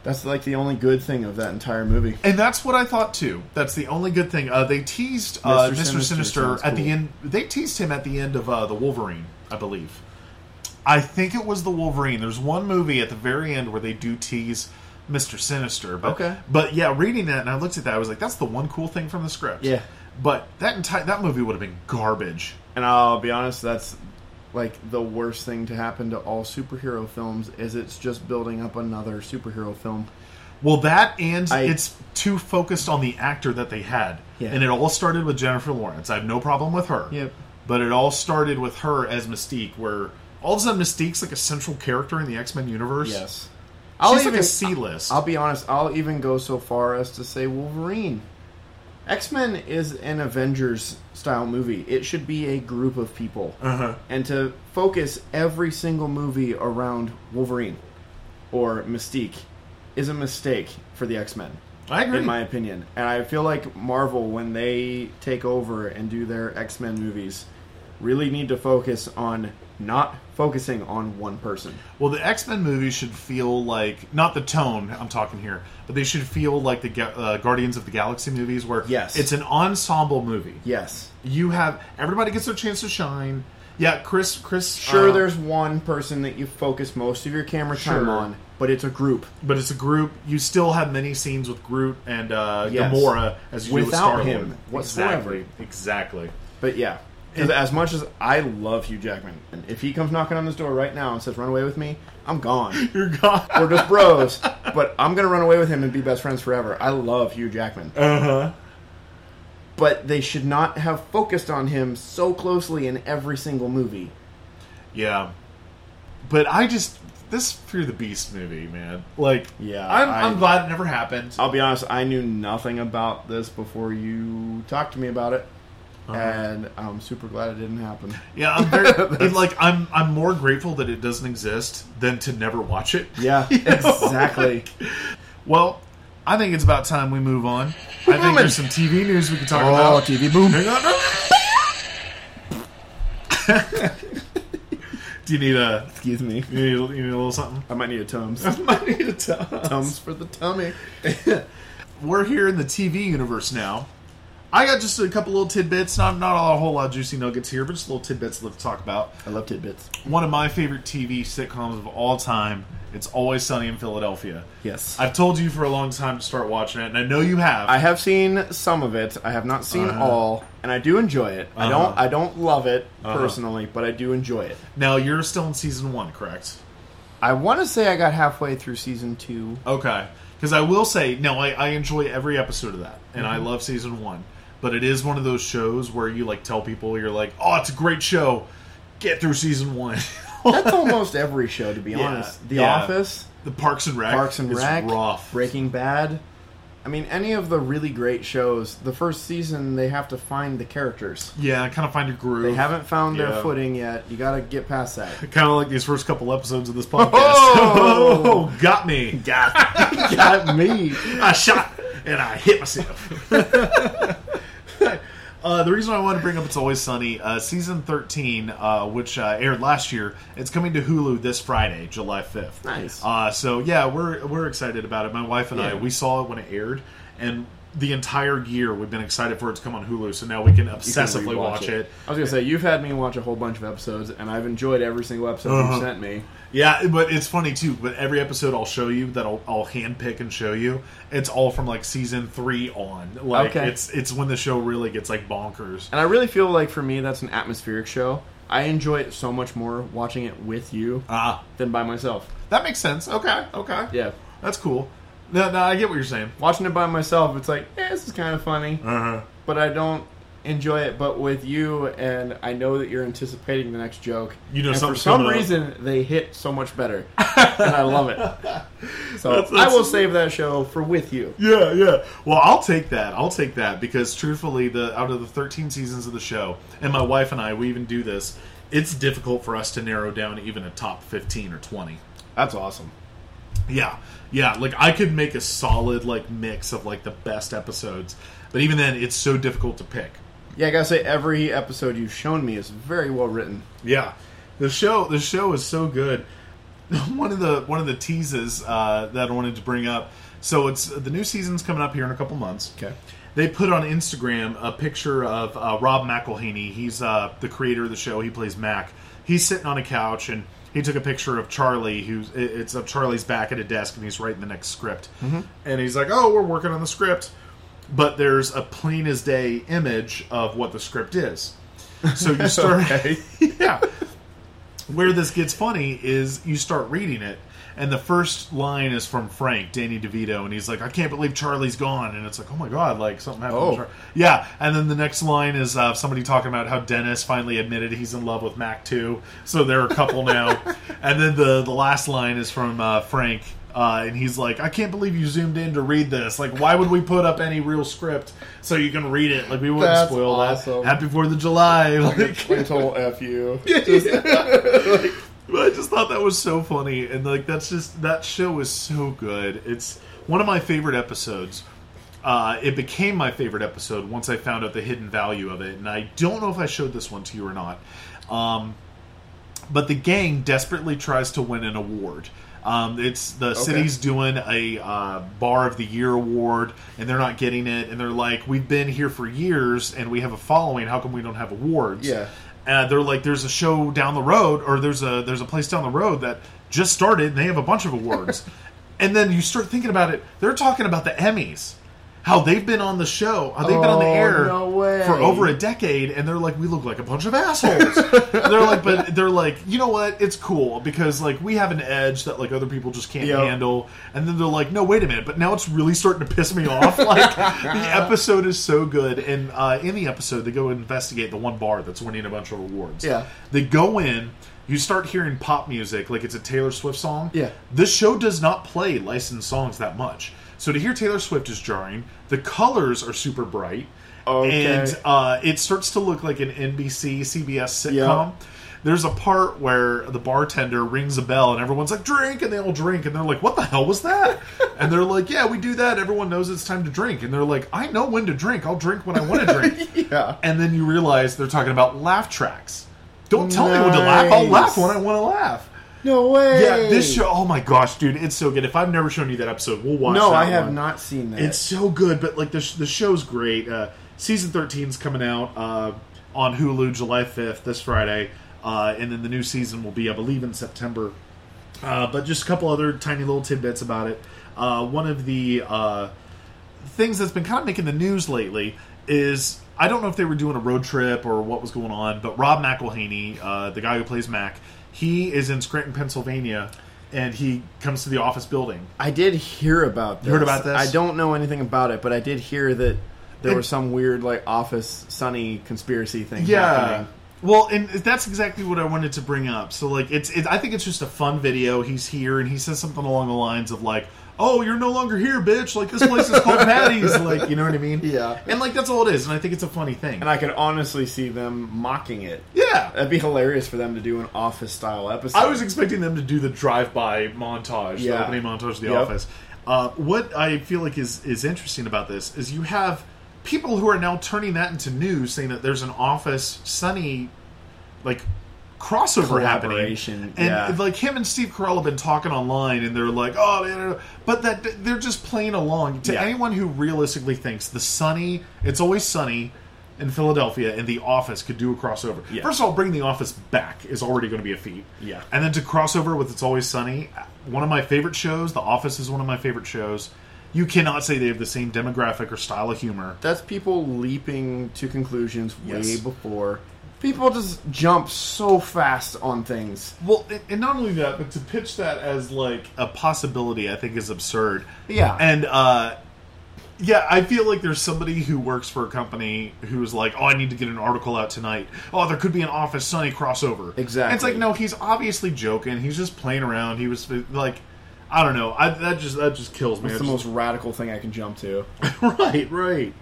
S2: That's like the only good thing of that entire movie.
S1: and that's what I thought too. That's the only good thing. Uh, they teased uh,
S2: Mr.
S1: Mister
S2: Sinister
S1: Sinister,
S2: sounds
S1: at
S2: cool.
S1: the end. They teased him at the end of uh, the Wolverine, I believe. I think it was the Wolverine. There's one movie at the very end where they do tease Mister Sinister. But,
S2: Okay.
S1: But yeah, reading that and I looked at that, I was like, that's the one cool thing from the script.
S2: Yeah.
S1: But that entire that movie would have been garbage.
S2: And I'll be honest, that's like the worst thing to happen to all superhero films is it's just building up another superhero film.
S1: Well, that and
S2: I-
S1: it's too focused on the actor that they had.
S2: Yeah.
S1: And it all started with Jennifer Lawrence. I have no problem with her.
S2: Yep.
S1: But it all started with her as Mystique, where all of a sudden Mystique's like a central character in the X Men universe.
S2: Yes. I'll
S1: She's like
S2: even-
S1: a C list.
S2: I'll be honest. I'll even go so far as to say Wolverine. X Men is an Avengers style movie. It should be a group of people,
S1: Uh-huh.
S2: and to focus every single movie around Wolverine or Mystique is a mistake for the X Men,
S1: I agree.
S2: in my opinion. And I feel like Marvel, when they take over and do their X Men movies, really need to focus on not focusing on one person.
S1: Well, the X Men movies should feel like not the tone I'm talking here, but they should feel like the Ga- uh, Guardians of the Galaxy movies, where
S2: Yes.
S1: it's an ensemble movie.
S2: Yes,
S1: You have everybody gets their chance to shine. Yeah, Chris. Chris.
S2: Sure,
S1: uh,
S2: there's one person that you focus most of your camera time
S1: Sure.
S2: on, but it's a group.
S1: but it's a group. You still have many scenes with Groot and uh,
S2: Yes.
S1: Gamora as you
S2: Without
S1: do with Star-Lord.
S2: him whatsoever.
S1: Exactly. Exactly.
S2: But yeah, 'Cause as much as I love Hugh Jackman, and if he comes knocking on this door right now and says, "Run away with me," I'm gone.
S1: You're gone.
S2: We're just bros, but I'm gonna run away with him and be best friends forever. I love Hugh Jackman,
S1: Uh huh.
S2: but they should not have focused on him so closely in every single movie.
S1: Yeah. But I just this Fear the Beast movie, man. Like,
S2: Yeah,
S1: I'm,
S2: I- Oh.
S1: I'm glad it never happened.
S2: I'll be honest, I knew nothing about this before you talked to me about it, and I'm super glad it didn't happen.
S1: Yeah, I'm very, it, like I'm I'm more grateful that it doesn't exist than to never watch it.
S2: Yeah, exactly.
S1: Well, I think it's about time we move on. I think there's some TV news we can talk
S2: Oh,
S1: about.
S2: TV boom.
S1: Hang on. Do you need a
S2: Excuse me.
S1: you need, a- you need a little something?
S2: I might need a Tums.
S1: I need a towel.
S2: Tums for the tummy.
S1: We're here in the TV universe now. I got just a couple little tidbits, not not a whole lot of juicy nuggets here, but just little tidbits left to talk about.
S2: I love tidbits.
S1: one of my favorite TV sitcoms of all time. It's Always Sunny in Philadelphia.
S2: Yes. I,
S1: I've told you for a long time to start watching it, and I know you have.
S2: have seen some of it. I have not seen
S1: Uh-huh.
S2: all, and I do enjoy it. I don't.
S1: Uh-huh.
S2: I don't love it personally, but I do enjoy it.
S1: now you're still in season one, correct?
S2: I want to say I got halfway through season two.
S1: Okay, because I will say, no, I, I enjoy every episode of that, and
S2: Mm-hmm.
S1: I love season one. But it is one of those shows where you like tell people you're like, oh, it's a great show. Get through season one.
S2: That's almost every show, to be
S1: Yeah,
S2: honest. The
S1: yeah.
S2: Office,
S1: the Parks and Rec.
S2: Parks and
S1: is
S2: Rec,
S1: rough.
S2: Breaking Bad. I mean, any of the really great shows. The first season, they have to find the characters.
S1: Yeah, kind of find your groove.
S2: They haven't found
S1: Yeah.
S2: their footing yet. You got to get past that.
S1: Kind of like these first couple episodes of this podcast.
S2: Oh!
S1: oh got me.
S2: got, got me.
S1: I shot and I hit myself. uh, the reason I want to bring up It's Always Sunny, uh, season 13, uh, which uh, aired last year, it's coming to Hulu this Friday, July 5th.
S2: Nice.
S1: Uh, so, yeah, we're, we're excited about it. My wife and I,
S2: Yeah.
S1: we saw it when it aired, and the entire year we've been excited for it to come on Hulu, so now we can obsessively watch it.
S2: I was gonna say you've had me watch a whole bunch of episodes, and I've enjoyed every single episode
S1: Uh-huh.
S2: you've sent me.
S1: Yeah, but it's funny too. But every episode I'll show you that I'll, I'll handpick and show you. It's all from like season three on. Like
S2: Okay.
S1: it's it's when the show really gets like bonkers.
S2: And I really feel like for me, that's an atmospheric show. I enjoy it so much more watching it with you
S1: Ah,
S2: than by myself.
S1: that makes sense. Okay, okay,
S2: Yeah,
S1: that's cool. No, no, I get what you're saying.
S2: watching it by myself, it's like eh, this is kind of funny,
S1: Uh-huh.
S2: but I don't enjoy it. But with you, and I know that you're anticipating the next joke.
S1: You know
S2: and for
S1: something's
S2: some
S1: coming up.
S2: reason they hit so much better, and I love it. So
S1: That's- that's-
S2: I will save that show for with you.
S1: Yeah, yeah. Well, I'll take that. I'll take that because truthfully, the out of the 13 seasons of the show, and my wife and I, we even do this. It's difficult for us to narrow down even a top 15 or 20.
S2: That's awesome.
S1: Yeah, yeah. Like I could make a solid like mix of like the best episodes, but even then, it's so difficult to pick.
S2: Yeah, I gotta say, every episode you've shown me is very well written.
S1: Yeah, the show the show is so good. One of the one of the teases uh, that I wanted to bring up. So it's the new season's coming up here in a couple months.
S2: Okay.
S1: They put on Instagram a picture of uh, Rob McElhaney. He's uh, the creator of the show. He plays Mac. He's sitting on a couch and he took a picture of Charlie. Who's it- it's of Charlie's back at a desk and he's writing the next script. And he's like, "Oh, we're working on the script," but there's a plain as day image of what the script is. So you start, yeah. Where this gets funny is you start reading it, and the first line is from Frank, Danny DeVito, and he's like, "I can't believe Charlie's gone," and it's like, "Oh my god, like something happened."
S2: Oh.
S1: To Char-. Yeah, and then the next line is uh, somebody talking about how Dennis finally admitted he's in love with Mac too, so they're a couple now, and then the the last line is from uh, Frank. Uh, and he's like, I can't believe you zoomed in to read this. Like, why would we put up any real script so you can read it? Like, we wouldn't
S2: That's
S1: spoil
S2: awesome.
S1: that. Happy Fourth of July. Like,
S2: Total F you.
S1: But I just thought that was so funny, and like that's just that show is so good. It's one of my favorite episodes. Uh, it became my favorite episode once I found out the hidden value of it, and I don't know if I showed this one to you or not. Um, but the gang desperately tries to win an award. Um, it's the city's doing a uh, bar of the year award, and they're not getting it. And they're like, "We've been here for years, and we have a following. How come we don't have awards?"
S2: Yeah.
S1: uh, they're like there's a show down the road or there's a there's a place down the road that just started and they have a bunch of awards and then you start thinking about it they're talking about the emmys how they've been on the show how they've been on the
S2: Oh,
S1: air
S2: no way.
S1: for over a decade and they're like we look like a bunch of assholes And they're like but they're like you know what it's cool because like we have an edge that like other people just can't
S2: Yep.
S1: handle and then they're like no wait a minute but now it's really starting to piss me off like the episode is so good and uh, in the episode they go investigate the one bar that's winning a bunch of awards
S2: Yeah.
S1: they go in you start hearing pop music like it's a taylor swift song
S2: Yeah.
S1: this show does not play licensed songs that much so to hear taylor swift is jarring the colors are super bright
S2: Okay.
S1: and uh, it starts to look like an nbc cbs sitcom There's a part where the bartender rings a bell and everyone's like, drink, and they all drink, and they're like, what the hell was that? and they're like, yeah, we do that. Everyone knows it's time to drink. And they're like, I know when to drink. I'll drink when I want to drink.
S2: Yeah.
S1: And then you realize they're talking about laugh tracks. Don't tell me when to laugh. I'll laugh
S2: Nice.
S1: when I want to laugh.
S2: No way.
S1: Yeah, this show. Oh my gosh, dude, it's so good. If I've never shown you that episode, we'll watch.
S2: No,
S1: that
S2: I have
S1: one.
S2: not seen that.
S1: It's so good, but like the sh- the show's great. Uh, season 13's coming out uh, on Hulu July fifth this Friday, uh, and then the new season will be, I believe, in September. Uh, but just a couple other tiny little tidbits about it. Uh, one of the uh, things that's been kind of making the news lately is I don't know if they were doing a road trip or what was going on, but Rob McElhaney, uh, the guy who plays Mac, he is in Scranton, Pennsylvania, and he comes to the office building.
S2: I did hear about this.
S1: heard about this?
S2: I don't know anything about it, but I did hear that there
S1: It-
S2: was some weird like office sunny conspiracy thing
S1: yeah
S2: happening.
S1: well and that's exactly what i wanted to bring up so like it's it, i think it's just a fun video he's here and he says something along the lines of like oh you're no longer here bitch like this place is called patty's like you know what i mean
S2: Yeah.
S1: and like that's all it is and i think it's a funny thing
S2: And I could honestly see them mocking it.
S1: yeah
S2: That'd be hilarious for them to do an office style episode.
S1: i was expecting them to do the drive-by montage the
S2: Yeah.
S1: opening montage of the
S2: Yep.
S1: office uh, what i feel like is is interesting about this is you have people who are now turning that into news saying that there's an office sunny like crossover happening
S2: Collaboration,
S1: and
S2: yeah.
S1: like him and Steve Carell have been talking online, and they're like, "Oh," blah, blah, blah." but that they're just playing along. To
S2: Yeah.
S1: anyone who realistically thinks the sunny, it's always sunny in Philadelphia, and The Office could do a crossover.
S2: Yeah.
S1: First of all, bring The Office back is already going to be a feat.
S2: Yeah.
S1: and then to crossover with It's Always Sunny, one of my favorite shows. The Office is one of my favorite shows. You cannot say they have the same demographic or style of humor.
S2: That's people leaping to conclusions way
S1: Yes.
S2: before. People just jump so fast on things.
S1: Well, and- and not only that, but to pitch that as like a possibility, I think is absurd.
S2: Yeah.
S1: and uh, yeah, I feel like there's somebody who works for a company who's like, "Oh, I need to get an article out tonight. Oh, there could be an Office Sunny crossover."
S2: Exactly.
S1: it's like, no, he's obviously joking. He's just playing around. He was like, I don't know. I, that just that just kills me.
S2: It's
S1: I
S2: the
S1: just-
S2: most radical thing I can jump to.
S1: right, right.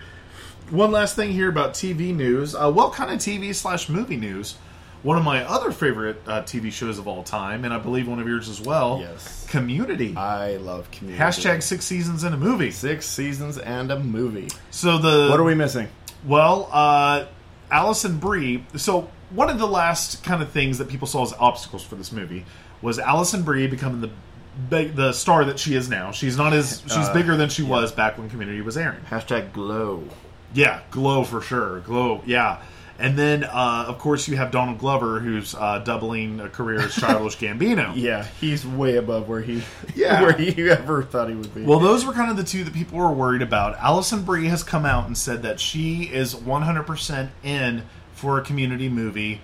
S1: One last thing here about TV news. Uh, what kind of TV slash movie news? One of my other favorite uh, TV shows of all time, and I believe one of yours as well.
S2: Yes.
S1: Community.
S2: I love community.
S1: Hashtag six seasons in a movie.
S2: six seasons and a movie.
S1: So the
S2: What are we missing?
S1: Well, uh, Allison Brie. So one of the last kind of things that people saw as obstacles for this movie was Allison Brie becoming the big- the star that she is now. She's not as she's
S2: Uh,
S1: bigger than she was back when Community was airing.
S2: Hashtag glow.
S1: Yeah, Glow for sure. Glow, yeah. And then uh, of course you have Donald Glover who's uh, doubling a career as Childish Gambino.
S2: Yeah, he's way above where he
S1: Yeah.
S2: where he ever thought he would be.
S1: Well, those were kind of the two that people were worried about. Allison Brie has come out and said that she is 100% in for a community movie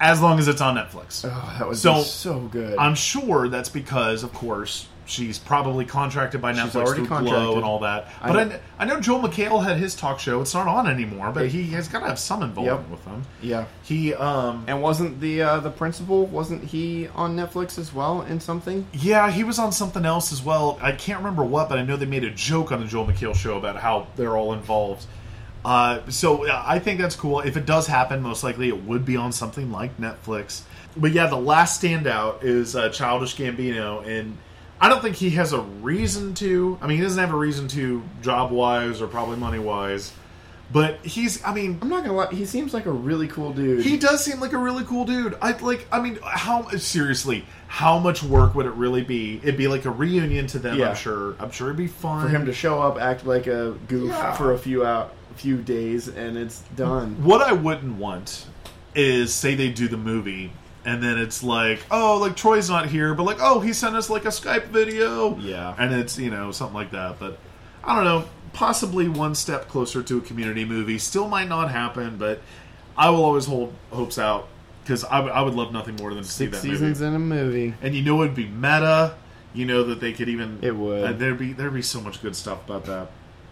S1: as long as it's on Netflix.
S2: oh, that was
S1: so-
S2: so good.
S1: I'm sure that's because, of course, She's probably contracted by
S2: She's
S1: Netflix
S2: already
S1: through Glow
S2: contracted.
S1: and all that.
S2: I
S1: But I
S2: know.
S1: know. I, know Joel McHale had his talk show. It's not on anymore, but he has got to have some involvement
S2: Yep.
S1: with them.
S2: Yeah.
S1: He, um,
S2: And wasn't the uh, the principal wasn't he on Netflix as well in something?
S1: yeah, he was on something else as well. I can't remember what, but I know they made a joke on the Joel McHale show about how they're all involved. Uh, so uh, I think that's cool. If it does happen, most likely it would be on something like Netflix. But yeah, the last standout is uh, Childish Gambino, and I don't think he has a reason to. I mean, he doesn't have a reason to job wise or probably money wise, but he's. I mean,
S2: I'm not gonna lie, he seems like a really cool dude.
S1: he does seem like a really cool dude. I like. I mean, how seriously? How much work would it really be? It'd be like a reunion to them.
S2: Yeah.
S1: I'm sure. I'm sure it'd be fun
S2: for him to show up, act like a goof
S1: Yeah.
S2: for a few out few days, and it's done.
S1: What I wouldn't want is say they do the movie and then it's like, oh, like Troy's not here, but like, oh, he sent us like a Skype video.
S2: Yeah.
S1: And it's, you know, something like that. But I don't know, possibly one step closer to a community movie. Still might not happen, but I will always hold hopes out because I would- I would love nothing more than to see
S2: Six
S1: that
S2: seasons
S1: movie.
S2: in a movie.
S1: And you know, it'd be meta. You know that they could even
S2: It would.
S1: uh, there'd be there'd be so much good stuff about that.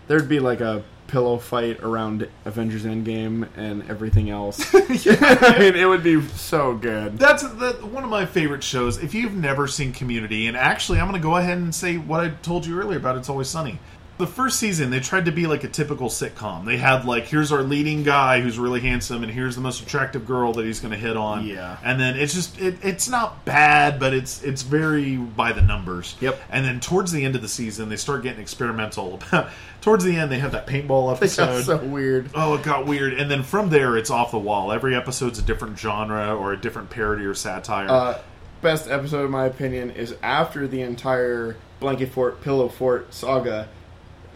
S2: There'd be like a pillow fight around Avengers Endgame and everything else. I mean, it would be so good.
S1: That's the, one of my favorite shows. If you've never seen Community, and actually, I'm going to go ahead and say what I told you earlier about It's Always Sunny. The first season, they tried to be like a typical sitcom. They had like, here's our leading guy who's really handsome, and here's the most attractive girl that he's going to hit on.
S2: Yeah.
S1: and then it's just it, it's not bad, but it's it's very by the numbers.
S2: Yep.
S1: And then towards the end of the season, they start getting experimental. towards the end, they have that paintball episode.
S2: That's so weird.
S1: Oh, it got weird, and then from there it's off the wall. Every episode's a different genre or a different parody or satire.
S2: Uh, best episode, in my opinion, is after the entire Blanket Fort Pillow Fort saga.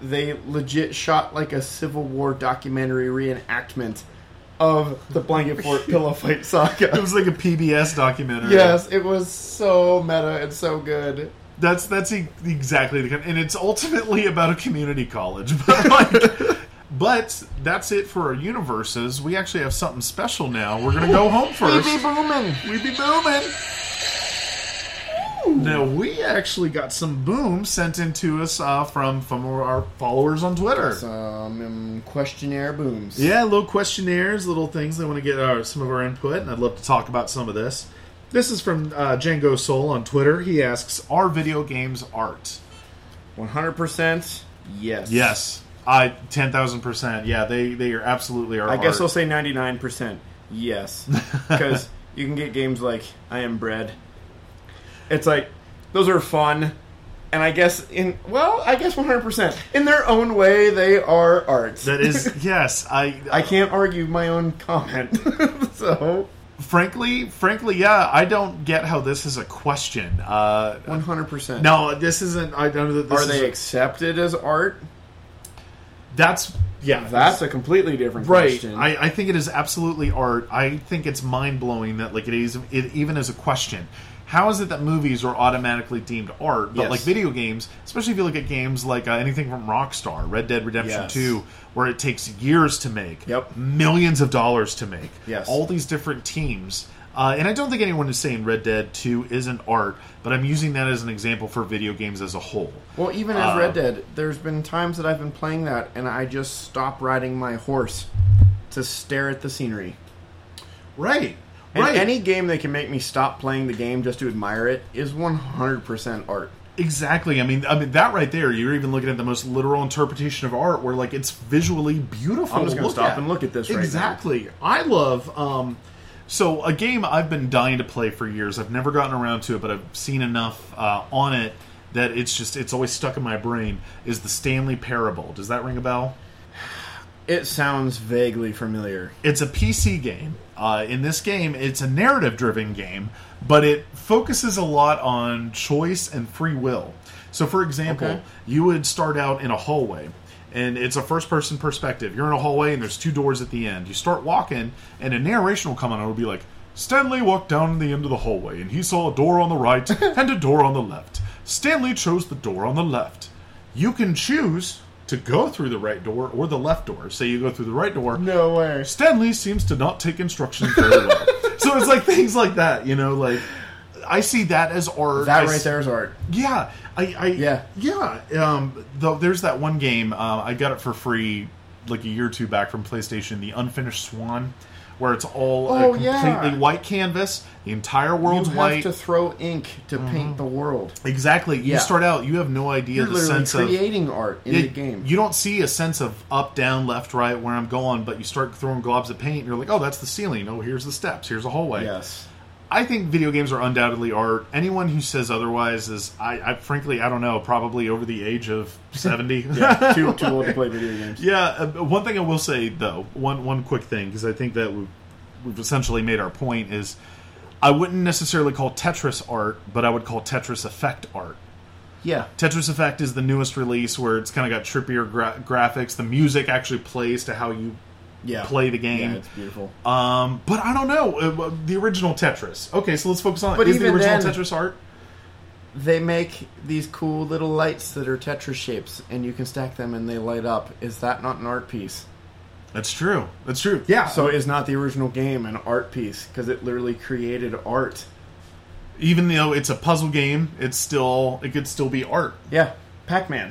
S2: They legit shot like a Civil War documentary reenactment of the Blanket Fort Pillow Fight saga.
S1: it was like a PBS documentary.
S2: Yes, it was so meta and so good.
S1: that's that's e- exactly the kind, and it's ultimately about a community college. But like, but that's it for our universes. We actually have something special now. We're gonna go home first.
S2: booming.
S1: We be booming. Now we actually got some boom sent in to us uh, from from our followers on Twitter.
S2: Some um, questionnaire booms.
S1: Yeah, little questionnaires, little things. They want to get our, some of our input, and I'd love to talk about some of this. This is from uh, Django Soul on Twitter. He asks, "Are video games art?"
S2: one hundred percent. Yes.
S1: Yes, I ten thousand percent. Yeah, they they are absolutely are.
S2: I guess
S1: art.
S2: I'll say ninety nine percent. Yes, because you can get games like I Am Bread. It's like those are fun, and I guess in well, I guess one hundred percent in their own way they are arts.
S1: that is yes. I
S2: I can't argue my own comment. so
S1: uh, frankly, frankly, yeah, I don't get how this is a question. Uh,
S2: one hundred percent.
S1: no, this isn't. I don't know that this
S2: are they
S1: Is,
S2: accepted as art?
S1: that's yeah.
S2: That's a completely different
S1: Right.
S2: question.
S1: I, I think it is absolutely art. I think it's mind blowing that like it is it even is a question. How is it that movies are automatically deemed art, but
S2: Yes.
S1: like video games, especially if you look at games like uh, anything from Rockstar, Red Dead Redemption
S2: Yes.
S1: Two, where it takes years to make,
S2: Yep.
S1: millions of dollars to make,
S2: Yes.
S1: all these different teams. Uh, and I don't think anyone is saying Red Dead Two isn't art, but I'm using that as an example for video games as a whole.
S2: Well, even as
S1: Uh,
S2: Red Dead, there's been times that I've been playing that and I just stop riding my horse to stare at the scenery.
S1: Right.
S2: And
S1: right.
S2: any game that can make me stop playing the game just to admire it is 100% art.
S1: Exactly. I mean, I mean that right there. You're even looking at the most literal interpretation of art, where like it's visually beautiful.
S2: I'm just
S1: to
S2: gonna
S1: look
S2: stop
S1: at.
S2: and look at this right now.
S1: Exactly. I love. Um, so a game I've been dying to play for years. I've never gotten around to it, but I've seen enough uh, on it that it's just it's always stuck in my brain. Is the Stanley Parable? Does that ring a bell?
S2: It sounds vaguely familiar.
S1: it's a PC game. Uh, in this game, it's a narrative driven game, but it focuses a lot on choice and free will. So, for example,
S2: Okay.
S1: you would start out in a hallway, and it's a first person perspective. You're in a hallway, and there's two doors at the end. You start walking, and a narration will come on, and it'll be like, Stanley walked down the end of the hallway, and he saw a door on the right and a door on the left. Stanley chose the door on the left. You can choose to go through the right door or the left door. Say you go through the right door,
S2: No way.
S1: Stanley seems to not take instruction very well. so it's like things like that, you know, like I see that as art. I
S2: That right
S1: s-
S2: there is art.
S1: Yeah, I, I
S2: Yeah.
S1: yeah. Um, though there's that one game uh, I got it for free like a year or two back from PlayStation, the Unfinished Swan, where it's all a
S2: Oh,
S1: completely
S2: yeah.
S1: white canvas, the entire
S2: You
S1: world's
S2: have
S1: white.
S2: to throw ink to paint the world.
S1: Exactly. You
S2: Yeah.
S1: start out, you have no idea
S2: You're
S1: the
S2: literally
S1: sense of
S2: creating art in
S1: Yeah,
S2: the game.
S1: You don't see a sense of up, down, left, right, where I'm going, but you start throwing globs of paint, and you're like, oh, that's the ceiling. Oh, here's the steps. Here's a hallway.
S2: yes.
S1: I think video games are undoubtedly art. Anyone who says otherwise is, I, I frankly, I don't know, probably over the age of 70.
S2: Yeah, too, too old to play video games.
S1: Yeah, uh, one thing I will say though, one one quick thing because I think that we've, we've essentially made our point is, I wouldn't necessarily call Tetris art, but I would call Tetris effect art.
S2: Yeah.
S1: Tetris Effect is the newest release where it's kind of got trippier gra- graphics. The music actually plays to how you
S2: Yeah.
S1: play the game.
S2: Yeah, it's beautiful.
S1: um, but I don't know uh, the original Tetris. Okay, so let's focus on.
S2: But
S1: is the
S2: even
S1: original
S2: then-
S1: Tetris art?
S2: They make these cool little lights that are Tetris shapes, and you can stack them and they light up. Is that not an art piece?
S1: That's true. That's true. Yeah.
S2: So is not the original game an art piece because it literally created art?
S1: even though it's a puzzle game, it's still it could still be art.
S2: Yeah, Pac-Man.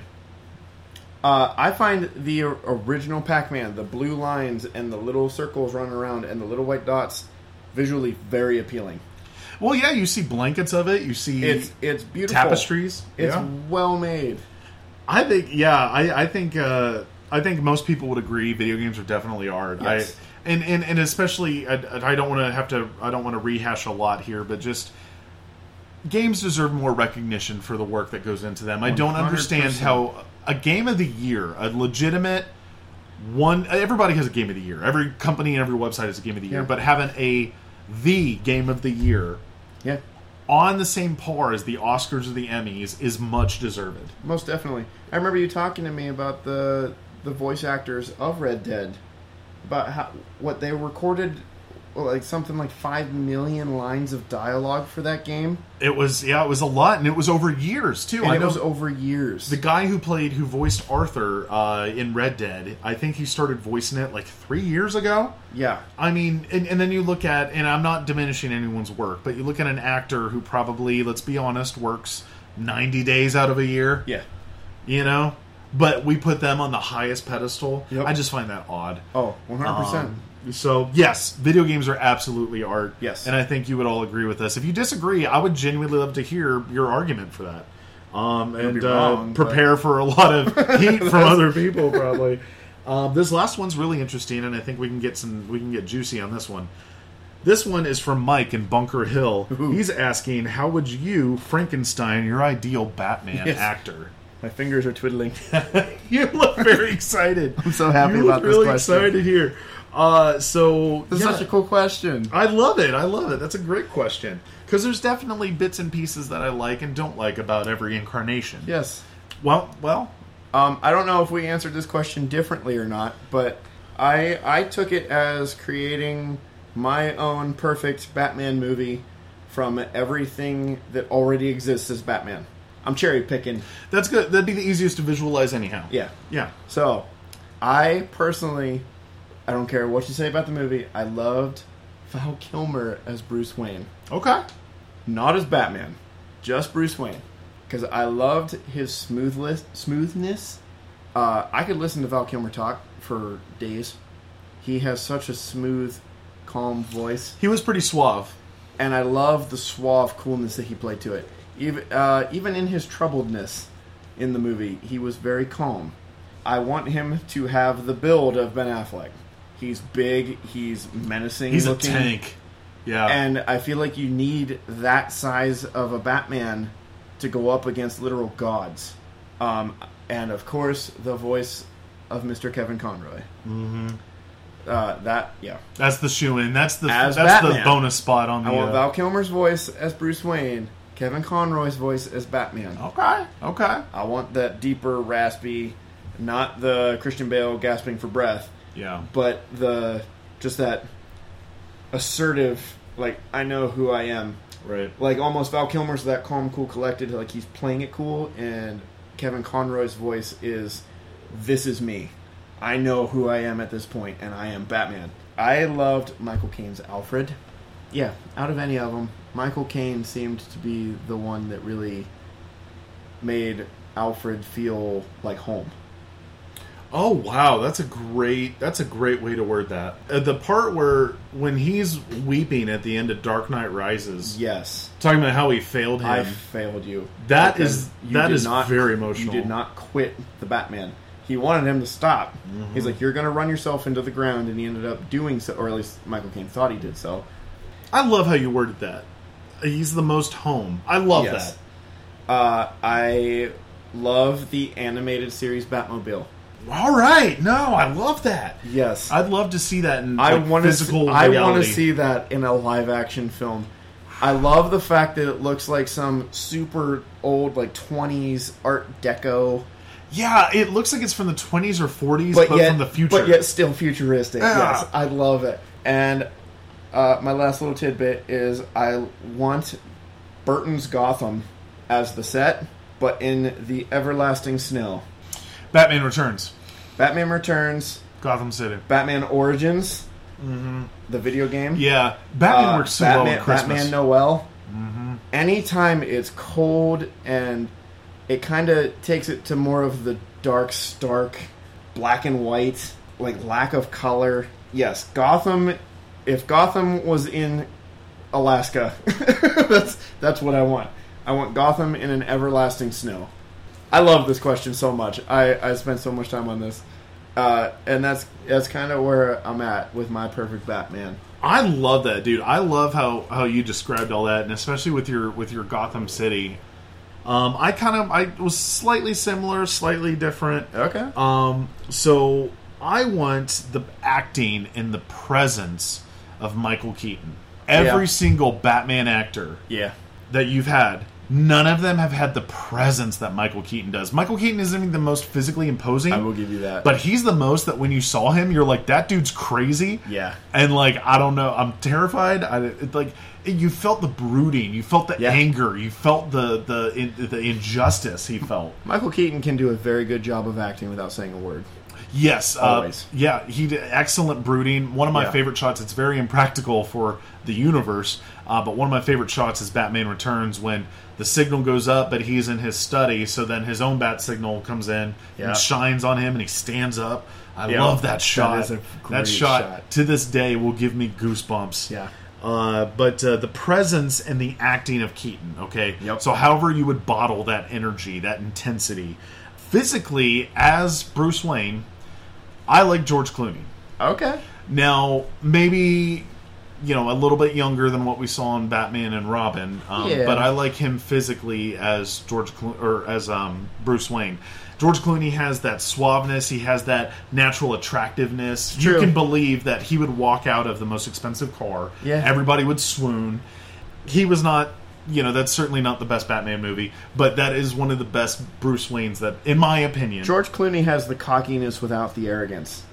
S2: Uh, I find the or- original Pac-Man, the blue lines and the little circles running around and the little white dots, visually very appealing.
S1: Well, yeah, you see blankets of it. You see
S2: It's it's beautiful.
S1: tapestries.
S2: It's
S1: yeah.
S2: well made.
S1: I think yeah, I, I think uh, I think most people would agree video games are definitely art.
S2: Yes.
S1: I and, and, and especially I, I don't want to have to I don't want to rehash a lot here, but just games deserve more recognition for the work that goes into them. I don't understand
S2: 100%.
S1: how a game of the year, a legitimate one everybody has a game of the year. Every company and every website has a game of the year,
S2: Yeah.
S1: but having a the game of the year
S2: Yeah,
S1: on the same par as the Oscars or the Emmys is much deserved.
S2: most definitely. I remember you talking to me about the the voice actors of Red Dead, about how what they recorded, well, like something like five million lines of dialogue for that game,
S1: It was yeah, it was a lot, and it was over years too.
S2: and
S1: I
S2: it
S1: know
S2: was over years.
S1: the guy who played who voiced Arthur uh, in Red Dead. I think he started voicing it like three years ago.
S2: yeah,
S1: I mean, and, and then you look at, and I'm not diminishing anyone's work, but you look at an actor who probably, let's be honest, works 90 days out of a year.
S2: yeah.
S1: You know, but we put them on the highest pedestal.
S2: Yep.
S1: I just find that odd.
S2: Oh, one hundred percent.
S1: Um, so yes, video games are absolutely art.
S2: Yes.
S1: and I think you would all agree with us. If you disagree, I would genuinely love to hear your argument for that. Um, and
S2: be
S1: uh,
S2: wrong, but-
S1: prepare for a lot of heat from other people, probably. Um, this last one's really interesting, and I think we can get some we can get juicy on this one. This one is from Mike in Bunker Hill.
S2: Ooh.
S1: He's asking, "How would you Frankenstein your ideal Batman
S2: Yes.
S1: actor?"
S2: My fingers are twiddling.
S1: you look very excited. I'm
S2: so happy
S1: you
S2: about
S1: look
S2: this
S1: really
S2: question.
S1: excited here. Uh, so
S2: That's
S1: yeah. Uh,
S2: such a cool question.
S1: I love it. I love it. That's a great question because there's definitely bits and pieces that I like and don't like about every incarnation.
S2: Yes.
S1: Well, well,
S2: Um, I don't know if we answered this question differently or not, but I I took it as creating my own perfect Batman movie from everything that already exists as Batman. I'm cherry picking.
S1: that's good. That'd be the easiest to visualize, anyhow.
S2: Yeah.
S1: Yeah.
S2: So, I personally, I don't care what you say about the movie. I loved Val Kilmer as Bruce Wayne.
S1: Okay.
S2: not as Batman, just Bruce Wayne, because I loved his smoothness. Smoothness. Uh, I could listen to Val Kilmer talk for days. He has such a smooth, calm voice,
S1: He was pretty suave.
S2: and I love the suave coolness that he played to it. Even uh, even in his troubledness in the movie, he was very calm. I want him to have the build of Ben Affleck. He's big. He's menacing.
S1: He's
S2: looking
S1: a tank. Yeah.
S2: and I feel like you need that size of a Batman to go up against literal gods. Um, and of course, the voice of Mr. Kevin Conroy. Mm-hmm. Uh, that yeah,
S1: that's the shoe in. That's the
S2: As
S1: that's the
S2: Batman.
S1: bonus spot on the.
S2: I want
S1: uh,
S2: Val Kilmer's voice as Bruce Wayne, Kevin Conroy's voice as Batman.
S1: Okay. Okay.
S2: I want that deeper, raspy, not the Christian Bale gasping for breath,
S1: Yeah.
S2: but the just that assertive, like I know who I am
S1: Right.
S2: like almost Val Kilmer's that calm, cool, collected. Like he's playing it cool, and Kevin Conroy's voice is, "This is me. I know who I am at this point, and I am Batman." I loved Michael Caine's Alfred. yeah, out of any of them, Michael Caine seemed to be the one that really made Alfred feel like home.
S1: Oh wow, that's a great that's a great way to word that. Uh, the part where when he's weeping at the end of Dark Knight Rises,
S2: Yes,
S1: talking about how he failed him.
S2: I failed you.
S1: That
S2: Because
S1: is- that
S2: did
S1: is very emotional.
S2: You did not quit the Batman. He wanted him to stop.
S1: Mm-hmm.
S2: He's like, "You're going to run yourself into the ground," and he ended up doing so, or at least Michael Caine thought he did so.
S1: I love how you worded that. He's the most home. I love
S2: Yes. Uh, I love the animated series Batmobile.
S1: that. All right, no, I love that.
S2: Yes,
S1: I'd love to see that in
S2: I
S1: like,
S2: want to.
S1: physical
S2: See, I want
S1: reality.
S2: to see that in a live action film. I love the fact that it looks like some super old, like twenties Art Deco,
S1: Yeah, it looks like it's from the 20s or 40s,
S2: but,
S1: but,
S2: yet
S1: from the future.
S2: but yet still futuristic.
S1: Ah.
S2: Yes, I love it. And uh, my last little tidbit is I want Burton's Gotham as the set, but in the everlasting snow.
S1: Batman Returns,
S2: Batman Returns,
S1: Gotham City.
S2: Batman Origins,
S1: Mm-hmm.
S2: the video game.
S1: Yeah, Batman
S2: Uh,
S1: works so
S2: Batman,
S1: well at Christmas. Mm-hmm.
S2: Batman Noel. Anytime it's cold and it kind of takes it to more of the dark, stark, black and white, like lack of color. Yes, Gotham. If Gotham was in Alaska, that's that's what I want. I want Gotham in an everlasting snow. I love this question so much. I, I spent so much time on this, uh, and that's that's kind of where I'm at with my perfect Batman.
S1: I love that, dude. I love how how you described all that, and especially with your with your Gotham City. Um, I kind of I was slightly similar, slightly different.
S2: Okay.
S1: Um, so I want the acting in the presence of Michael Keaton. Every
S2: Yeah.
S1: single Batman actor
S2: Yeah.
S1: that you've had, none of them have had the presence that Michael Keaton does. Michael Keaton isn't even the most physically imposing.
S2: I will give you that.
S1: But he's the most that when you saw him, you're like, that dude's crazy.
S2: Yeah.
S1: And like, I don't know, I'm terrified. I it, like, you felt the brooding, you felt the
S2: Yeah.
S1: anger, you felt the the in, the injustice he felt.
S2: Michael Keaton can do a very good job of acting without saying a word.
S1: Yes, uh,
S2: Always.
S1: yeah, he did excellent brooding. One of my
S2: Yeah.
S1: favorite shots. It's very impractical for the universe, uh, but one of my favorite shots is Batman Returns when the signal goes up, but he's in his study. So then his own bat signal comes in
S2: Yeah.
S1: and shines on him, and he stands up. I
S2: Yeah.
S1: love
S2: That
S1: that shot.
S2: is a great
S1: that shot,
S2: shot.
S1: to this day will give me goosebumps.
S2: Yeah.
S1: Uh, but uh, the presence and the acting of Keaton, okay?
S2: Yep.
S1: So, however, you would bottle that energy, that intensity. Physically, as Bruce Wayne, I like George Clooney.
S2: Okay.
S1: Now, maybe, you know, a little bit younger than what we saw in Batman and Robin, um,
S2: Yeah.
S1: but I like him physically as George Clo- or as um, Bruce Wayne. George Clooney has that suaveness. He has that natural attractiveness.
S2: True.
S1: You can believe that he would walk out of the most expensive car.
S2: Yeah.
S1: Everybody would swoon. He was not, you know, that's certainly not the best Batman movie, but that is one of the best Bruce Waynes that, in my opinion,
S2: George Clooney has the cockiness without the arrogance.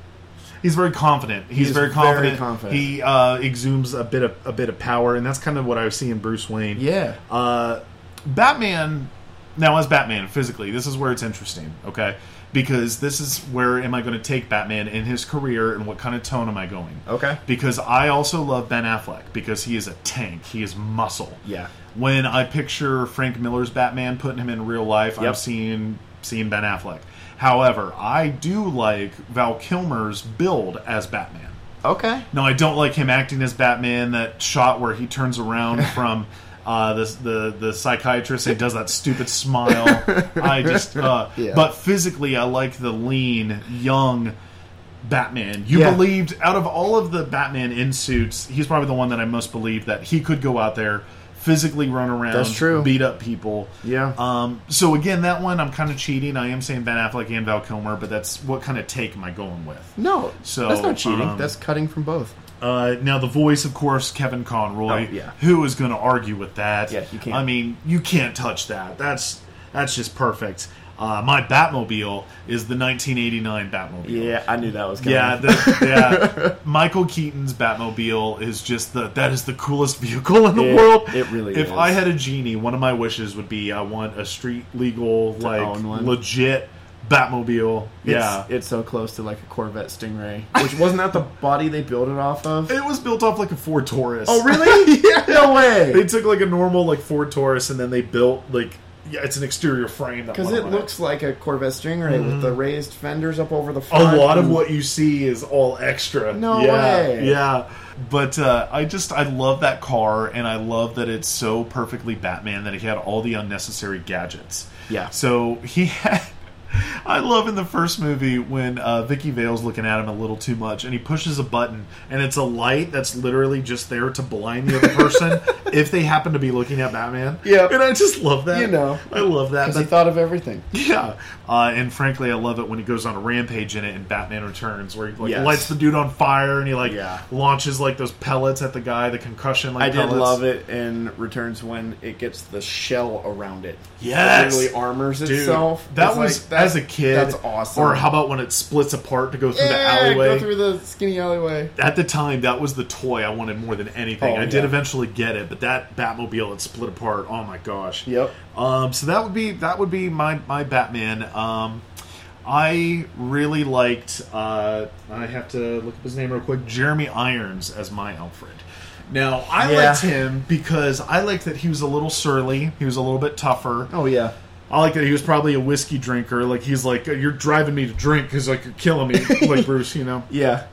S1: He's very confident. He's
S2: He's
S1: very
S2: very
S1: confident.
S2: confident.
S1: He uh, exudes a bit of a bit of power, and that's kind of what I see in Bruce Wayne.
S2: Yeah.
S1: Uh, Batman. Now, as Batman, physically, this is where it's interesting. Okay, because this is where am I going to take Batman in his career, and what kind of tone am I going?
S2: Okay.
S1: Because I also love Ben Affleck because he is a tank. He is muscle.
S2: Yeah.
S1: When I picture Frank Miller's Batman, putting him in real life,
S2: Yep.
S1: I've seen seen Ben Affleck. However, I do like Val Kilmer's build as Batman.
S2: Okay.
S1: No, I don't like him acting as Batman. That shot where he turns around from uh, the, the the psychiatrist and does that stupid smile. I just, uh,
S2: Yeah.
S1: but physically, I like the lean, young Batman. You
S2: Yeah.
S1: believed out of all of the Batman in suits, he's probably the one that I most believed that he could go out there, physically run around,
S2: That's true.
S1: beat up people.
S2: Yeah.
S1: Um. So again, that one I'm kind of cheating. I am saying Ben Affleck and Val Kilmer, but that's what kind of take am I going with?
S2: No.
S1: So,
S2: that's not cheating.
S1: um,
S2: that's cutting from both.
S1: Uh, now the voice, of course, Kevin Conroy.
S2: Oh, yeah.
S1: Who is going to argue with that?
S2: Yeah, you can't.
S1: I mean, you can't touch that. That's that's just perfect. Uh, my Batmobile is the 1989 Batmobile.
S2: I knew that was coming.
S1: Yeah, the, yeah. Michael Keaton's Batmobile is just the that is the coolest vehicle in the
S2: It-
S1: world.
S2: it really
S1: If
S2: is.
S1: I had a genie, one of my wishes would be I want a street legal, like
S2: own one?
S1: legit Batmobile. yeah.
S2: It's, it's so close to like a Corvette Stingray, which wasn't that the body they built it off of.
S1: It was built off like a Ford Taurus.
S2: Oh, really?
S1: yeah.
S2: No way.
S1: They took like a normal like Ford Taurus and then they built like yeah, it's an exterior frame that
S2: Because
S1: went
S2: it
S1: on
S2: looks like a Corvette Stingray with the raised fenders up over the
S1: a
S2: front.
S1: lot of
S2: and-
S1: what you see is all extra.
S2: No
S1: yeah,
S2: way.
S1: Yeah. But uh, I just I love that car and I love that it's so perfectly Batman that he had all the unnecessary gadgets.
S2: Yeah.
S1: So he had I love in the first movie when uh, Vicky Vale's looking at him a little too much, and he pushes a button, and it's a light that's literally just there to blind the other person if they happen to be looking at Batman.
S2: Yep.
S1: and I just love that.
S2: You know.
S1: I love that.
S2: 'Cause he
S1: But-
S2: thought of everything.
S1: yeah, uh, and frankly, I love it when he goes on a rampage in it in Batman Returns, where he like
S2: Yes.
S1: lights the dude on fire and he like
S2: Yeah.
S1: launches like those pellets at the guy, the concussion. Like
S2: I did
S1: pellets.
S2: love it in Returns when it gets the shell around it.
S1: Yes.
S2: It literally armors
S1: Dude,
S2: itself.
S1: that
S2: It's
S1: was
S2: like, that-
S1: as a kid.
S2: That's awesome.
S1: Or how about when it splits apart to go through the
S2: yeah,
S1: alleyway?
S2: go through the skinny alleyway.
S1: at the time, that was the toy I wanted more than anything.
S2: Oh,
S1: I did
S2: yeah.
S1: eventually get it, but that Batmobile it split apart. Oh my gosh!
S2: Yep.
S1: Um, so that would be that would be my my Batman. Um, I really liked. Uh, I have to look up his name real quick. Jeremy Irons as my Alfred. Now I
S2: Yeah.
S1: liked him because I liked that he was a little surly. He was a little bit tougher.
S2: Oh yeah.
S1: I like that he was probably a whiskey drinker. Like he's like you're driving me to drink because like you're killing me, like Bruce. You know.
S2: Yeah.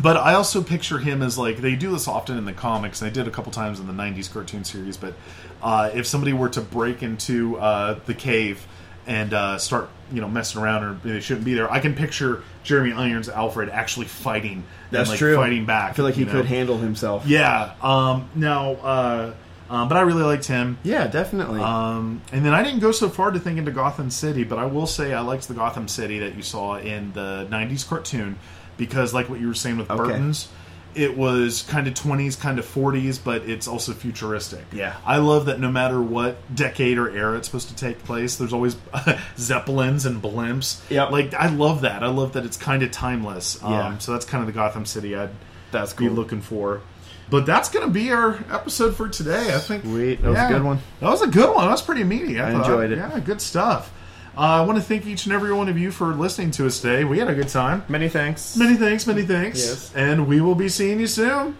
S1: But I also picture him as like they do this often in the comics. and They did a couple times in the '90s cartoon series. But uh, if somebody were to break into uh, the cave and uh, start, you know, messing around or they shouldn't be there, I can picture Jeremy Irons Alfred actually fighting. and,
S2: That's
S1: like,
S2: true.
S1: Fighting back.
S2: I feel like he
S1: you know?
S2: could handle himself.
S1: Yeah. Um, now, uh, um, but I really liked him.
S2: Yeah, definitely.
S1: Um, and then I didn't go so far to think into Gotham City, but I will say I liked the Gotham City that you saw in the '90s cartoon because, like what you were saying with Burton's, it was kind of 20s, kind of 40s, but it's also futuristic.
S2: Yeah.
S1: I love that no matter what decade or era it's supposed to take place, there's always zeppelins and blimps.
S2: Yep.
S1: like I love that. I love that it's kind of timeless. Um,
S2: Yeah.
S1: so that's kind of the Gotham City I'd
S2: That's
S1: be
S2: cool.
S1: looking for. But that's going to be our episode for today. I think
S2: Sweet. That was a good one.
S1: that was a good one. That was pretty meaty. I,
S2: I
S1: thought.
S2: enjoyed it.
S1: Yeah, good stuff. Uh, I want to thank each and every one of you for listening to us today. We had a good time.
S2: Many thanks.
S1: Many thanks, many thanks.
S2: Yes.
S1: And we will be seeing you soon.